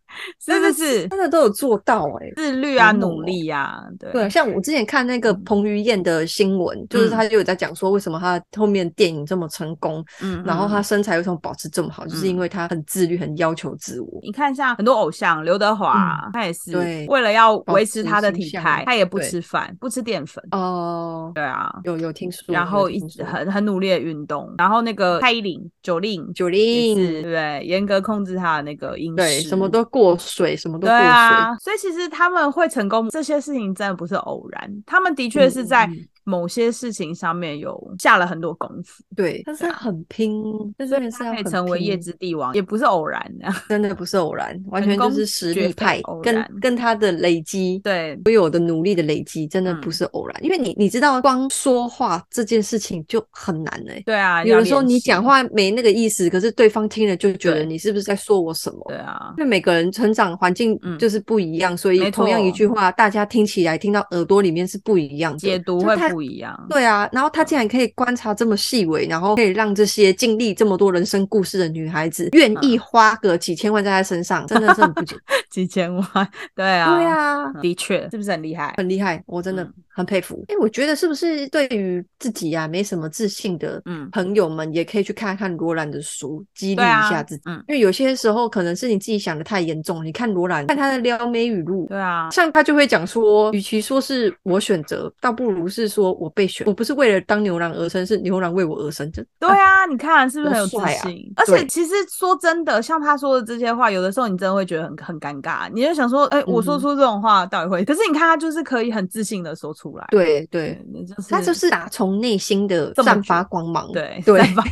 Speaker 1: 真
Speaker 2: 是
Speaker 1: 的
Speaker 2: 是，
Speaker 1: 真的都有做到哎、
Speaker 2: 自律啊，
Speaker 1: 好猛
Speaker 2: 努
Speaker 1: 哦
Speaker 2: 力呀、对
Speaker 1: 对，像我之前看那个
Speaker 2: 嗯
Speaker 1: 彭于晏的新闻，就是他就有在讲说，为什么他后面电影这么成功，
Speaker 2: 嗯，
Speaker 1: 然后
Speaker 2: 嗯
Speaker 1: 他身材为什么保持这么好，就是因为他很自律，很要求自我。
Speaker 2: 你看，像很多偶像刘德华，他也
Speaker 1: 嗯
Speaker 2: 是
Speaker 1: 对
Speaker 2: 为了要
Speaker 1: 保
Speaker 2: 维持
Speaker 1: 持
Speaker 2: 他的
Speaker 1: 形
Speaker 2: 体
Speaker 1: 象
Speaker 2: 态，他也不
Speaker 1: 对
Speaker 2: 吃饭，不吃淀粉，
Speaker 1: 哦，
Speaker 2: 对啊，
Speaker 1: 有有听说，
Speaker 2: 然后
Speaker 1: 有
Speaker 2: 一
Speaker 1: 听
Speaker 2: 直
Speaker 1: 说
Speaker 2: 很很努力的运动。然后那个蔡依林、九令
Speaker 1: 九
Speaker 2: 也是，对
Speaker 1: 令，
Speaker 2: 不对？严格控制他的那个饮食，
Speaker 1: 对，什么都过水，什么都
Speaker 2: 对
Speaker 1: 过水，
Speaker 2: 啊。所以其实他们会成功，这些事情真的不是偶然，他们的确是在
Speaker 1: 嗯嗯嗯
Speaker 2: 某些事情上面有下了很多功夫，
Speaker 1: 对，但是很拼，但
Speaker 2: 所
Speaker 1: 真的
Speaker 2: 以
Speaker 1: 是
Speaker 2: 他
Speaker 1: 要
Speaker 2: 可以
Speaker 1: 很
Speaker 2: 成为业
Speaker 1: 拼
Speaker 2: 之帝王，也不是偶然啊的、
Speaker 1: 真的不是偶然，完
Speaker 2: 成
Speaker 1: 全就
Speaker 2: 功
Speaker 1: 是实
Speaker 2: 绝
Speaker 1: 力
Speaker 2: 非
Speaker 1: 派
Speaker 2: 偶然
Speaker 1: 跟跟他的累积，
Speaker 2: 对，
Speaker 1: 所有的努力的累积，真的
Speaker 2: 嗯
Speaker 1: 不是偶然。因为你你知道，光说话这件事情就很难哎、
Speaker 2: 对啊。
Speaker 1: 有
Speaker 2: 要
Speaker 1: 的时候
Speaker 2: 练
Speaker 1: 你
Speaker 2: 习
Speaker 1: 讲，话没那个意思，可是对方听了就觉
Speaker 2: 对
Speaker 1: 得你是不是在说我什么？
Speaker 2: 对啊。
Speaker 1: 因为每个人成长环境
Speaker 2: 嗯
Speaker 1: 就是不一样，所
Speaker 2: 没
Speaker 1: 以同样一
Speaker 2: 错
Speaker 1: 句话，大家听起来听到耳朵里面是不一样的，
Speaker 2: 解读
Speaker 1: 就
Speaker 2: 会
Speaker 1: 他
Speaker 2: 不一样，
Speaker 1: 对啊，然后她竟然可以观察这么细微，然后可以让这些经历这么多人生故事的女孩子愿意
Speaker 2: 嗯
Speaker 1: 花个几千万在她身上，真的是很不简单。
Speaker 2: 几千万， 对啊，
Speaker 1: 对，啊，
Speaker 2: 的确是不是很厉害？
Speaker 1: 很厉害，我真的
Speaker 2: 嗯
Speaker 1: 很佩服。哎、我觉得是不是对于自己啊没什么自信的
Speaker 2: 嗯，
Speaker 1: 朋友们，也可以去看看罗兰的书，激励
Speaker 2: 对
Speaker 1: 一
Speaker 2: 啊
Speaker 1: 下自己。，
Speaker 2: 嗯，
Speaker 1: 因为有些时候可能是你自己想的太严重，你看罗兰，看她的撩妹语录，
Speaker 2: 对啊，
Speaker 1: 像他就会讲说，与其说是我选择，倒不如是说我被选。我不是为了当牛郎而生，是牛郎为我而生。就
Speaker 2: 对啊，你看是不是
Speaker 1: 多
Speaker 2: 很有自
Speaker 1: 帅啊
Speaker 2: 信？而且
Speaker 1: 对
Speaker 2: 其实说真的，像他说的这些话，有的时候你真的会觉得很很尴尬，你就想说，哎，我说
Speaker 1: 嗯哼
Speaker 2: 出这种话到底会？可是你看他就是可以很自信的说出来，
Speaker 1: 对对，
Speaker 2: 嗯，就是
Speaker 1: 他就是打从内心的
Speaker 2: 这么
Speaker 1: 散
Speaker 2: 觉
Speaker 1: 发光芒，
Speaker 2: 对
Speaker 1: 对
Speaker 2: 散发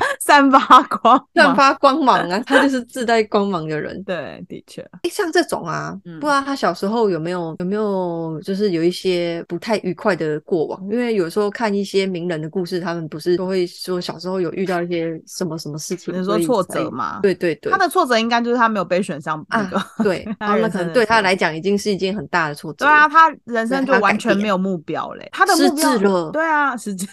Speaker 2: 散发光
Speaker 1: 散
Speaker 2: 芒，
Speaker 1: 发光芒 啊，他就是自带光芒的人。
Speaker 2: 对，的确，
Speaker 1: 哎，像这种啊，
Speaker 2: 嗯
Speaker 1: 不知道他小时候有没有有没有就是有一些不太愉快的过往，因为有时候看一些名人的故事，他们不是都会说小时候有遇到一些什么什么事情，
Speaker 2: 你
Speaker 1: 所
Speaker 2: 说
Speaker 1: 以
Speaker 2: 挫
Speaker 1: 才
Speaker 2: 折？嘛，
Speaker 1: 对对对，
Speaker 2: 他的挫折应该就是他没有被选上那
Speaker 1: 啊
Speaker 2: 个，
Speaker 1: 对，
Speaker 2: 他
Speaker 1: 然后那可
Speaker 2: 人生
Speaker 1: 能
Speaker 2: 的
Speaker 1: 对
Speaker 2: 挫
Speaker 1: 他来讲已经是一件很大的挫折
Speaker 2: 对
Speaker 1: 了。
Speaker 2: 啊，他人生
Speaker 1: 对
Speaker 2: 就
Speaker 1: 他
Speaker 2: 完
Speaker 1: 改
Speaker 2: 全
Speaker 1: 变
Speaker 2: 没有目标嘞，他的目
Speaker 1: 失
Speaker 2: 标
Speaker 1: 智了
Speaker 2: 对啊，失智，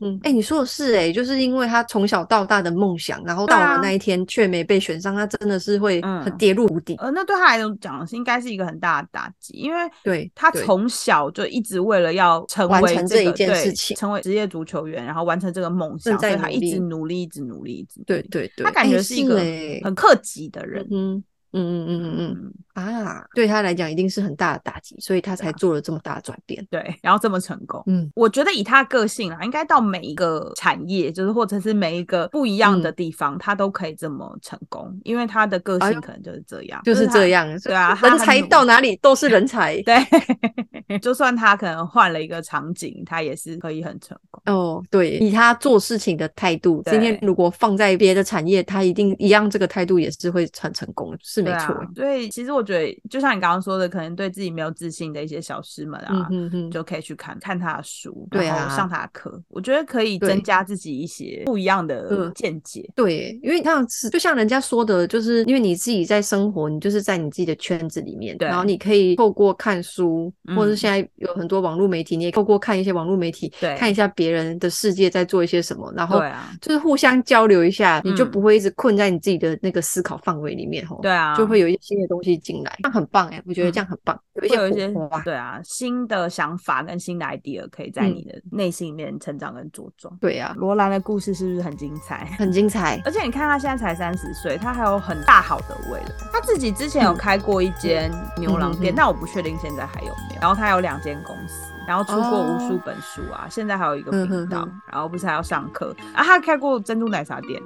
Speaker 1: 嗯，哎、你说的是哎、就是因为他从小到大的梦想，然后
Speaker 2: 对
Speaker 1: 到
Speaker 2: 啊
Speaker 1: 了那一天却没被选上，他真的是会
Speaker 2: 嗯
Speaker 1: 很跌入谷底。
Speaker 2: 呃，那对他来讲是应该是一个很大的打击，因为
Speaker 1: 对
Speaker 2: 他
Speaker 1: 对
Speaker 2: 从小就一直为了要成
Speaker 1: 完
Speaker 2: 为
Speaker 1: 成
Speaker 2: 这
Speaker 1: 这一
Speaker 2: 个
Speaker 1: 件
Speaker 2: 对
Speaker 1: 事情
Speaker 2: 成为职业足球员，然后完成这个梦
Speaker 1: 正
Speaker 2: 想，所以
Speaker 1: 在
Speaker 2: 他
Speaker 1: 努
Speaker 2: 一直
Speaker 1: 力
Speaker 2: 努力，一直努力，一直努
Speaker 1: 对
Speaker 2: 力
Speaker 1: 对对，
Speaker 2: 他感
Speaker 1: 哎
Speaker 2: 觉是一个
Speaker 1: 欸、
Speaker 2: 很克己的人。
Speaker 1: 嗯嗯嗯嗯嗯
Speaker 2: 嗯，
Speaker 1: 嗯啊，对他来讲一定是很大的打击，所以他
Speaker 2: 对啊
Speaker 1: 才做了这么大的转变。
Speaker 2: 对，然后这么成功。
Speaker 1: 嗯，
Speaker 2: 我觉得以他个性啊，应该到每一个产业，就是或者是每一个不一样的
Speaker 1: 嗯
Speaker 2: 地方，他都可以这么成功，因为他的个
Speaker 1: 哎
Speaker 2: 性
Speaker 1: 呦
Speaker 2: 可能就是这样，
Speaker 1: 就是
Speaker 2: 他
Speaker 1: 这样，
Speaker 2: 对啊他
Speaker 1: 人
Speaker 2: 很
Speaker 1: 才
Speaker 2: 努
Speaker 1: 到哪里都是 人才。
Speaker 2: 对，就算他可能换了一个场景，他也是可以很成功。
Speaker 1: 哦，对，以他做事情的态度，今天
Speaker 2: 对
Speaker 1: 如果放在别的产业，他一定一样这个态度也是会很成功的，是没
Speaker 2: 对
Speaker 1: 错。
Speaker 2: 啊，所以其实我觉得，就像你刚刚说的，可能对自己没有自信的一些小师们
Speaker 1: 嗯
Speaker 2: 啊，
Speaker 1: 哼哼，
Speaker 2: 就可以去看看他的书，
Speaker 1: 对
Speaker 2: 然后
Speaker 1: 啊
Speaker 2: 上他的课，我觉得可以
Speaker 1: 对
Speaker 2: 增加自己一些不一样的
Speaker 1: 嗯
Speaker 2: 见解。
Speaker 1: 对，因为像是就像人家说的，就是因为你自己在生活，你就是在你自己的圈子里面，
Speaker 2: 对
Speaker 1: 然后你可以透过看书，或者
Speaker 2: 嗯
Speaker 1: 是现在有很多网络媒体，你也透过看一些网络媒体，
Speaker 2: 对
Speaker 1: 看一下别人的世界在做一些什么，然后
Speaker 2: 对啊，
Speaker 1: 就是互相交流一下，你就
Speaker 2: 嗯
Speaker 1: 不会一直困在你自己的那个思考范围里面，吼，
Speaker 2: 对啊，嗯
Speaker 1: 就会有一些新的东西进进来，这样很棒哎、我觉得这样很棒，有一
Speaker 2: 会有一
Speaker 1: 些
Speaker 2: 些
Speaker 1: 火花。
Speaker 2: 对啊新的想法跟新的 idea 可以在
Speaker 1: 嗯
Speaker 2: 你的内心里面成长跟茁壮。
Speaker 1: 对呀、
Speaker 2: 罗兰的故事是不是很精彩？
Speaker 1: 很精彩。
Speaker 2: 而且你看他现在才三十岁，他还有很大好的未来。他自己之前有开过一间牛郎店，
Speaker 1: 嗯嗯嗯
Speaker 2: 但我不确定现在还有没有。然后他有两间公司，然后出过无数本书啊，现在还有一个频道，
Speaker 1: 哦嗯嗯
Speaker 2: 然后不是还要上课啊？他开过珍珠奶茶 店，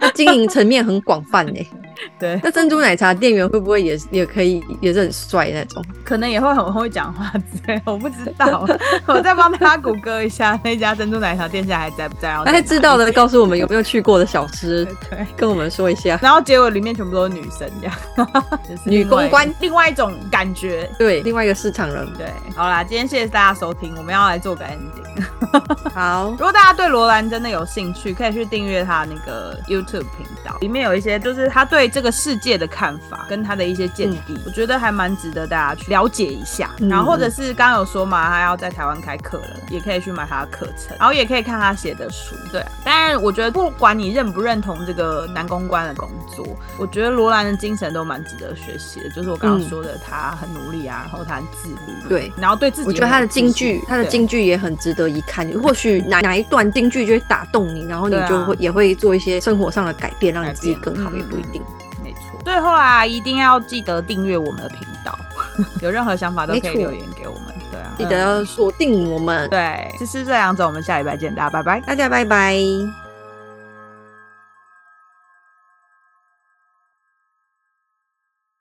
Speaker 1: 它经营层面很广泛诶、
Speaker 2: 对，
Speaker 1: 那珍珠奶茶店员会不会也也可以也是很帅那种？
Speaker 2: 可能也会很会讲话之类，我不知 道。我再帮他谷歌一下那家珍珠奶茶店现在还在不在？然后
Speaker 1: 大
Speaker 2: 在哪
Speaker 1: 家
Speaker 2: 里
Speaker 1: 哎知道的，告诉我们有没有去过的小吃，
Speaker 2: 对。
Speaker 1: 跟我们说一下。
Speaker 2: 然后结果里面全部都是女生，这样， 就是
Speaker 1: 女公关
Speaker 2: 另外一种感觉，
Speaker 1: 对，另外一个市场人。
Speaker 2: 对，好啦，今天谢谢大家收听，我们要来做个 ending。
Speaker 1: 好
Speaker 2: 如，果大家对罗兰真的有兴趣，可以去订阅他那个 YouTube 频道，里面有一些就是他对这个世界的看法跟他的一些见地，我觉得还蛮值得大家去了解一下。
Speaker 1: 嗯
Speaker 2: 然后或者是刚刚有说嘛，他要在台湾开课了，也可以去买他的课程，然后也可以看他写的书。对，当然我觉得不管你认不认同这个男公关的工作，我觉得罗兰的精神都蛮值得学习的，就是我刚刚
Speaker 1: 嗯
Speaker 2: 说的，他很努力啊，然后他很自律，
Speaker 1: 对
Speaker 2: 然后对自己，
Speaker 1: 我觉得他的京剧，他的。京剧也很值得一看。或许哪哪一段京剧就会打动你，然后你
Speaker 2: 对啊
Speaker 1: 就会也会做一些生活上的改变，让你
Speaker 2: 改
Speaker 1: 自己
Speaker 2: 变
Speaker 1: 更好，
Speaker 2: 嗯
Speaker 1: 也不一定。
Speaker 2: 没错。最后啊，一定要记得订阅我们的频道， 有任何想法都可以
Speaker 1: 没错
Speaker 2: 留言给我们。对啊，
Speaker 1: 记得
Speaker 2: 嗯
Speaker 1: 要锁定我们，
Speaker 2: 对，这是这两种，我们下礼拜见，大家拜拜。
Speaker 1: 大家拜拜。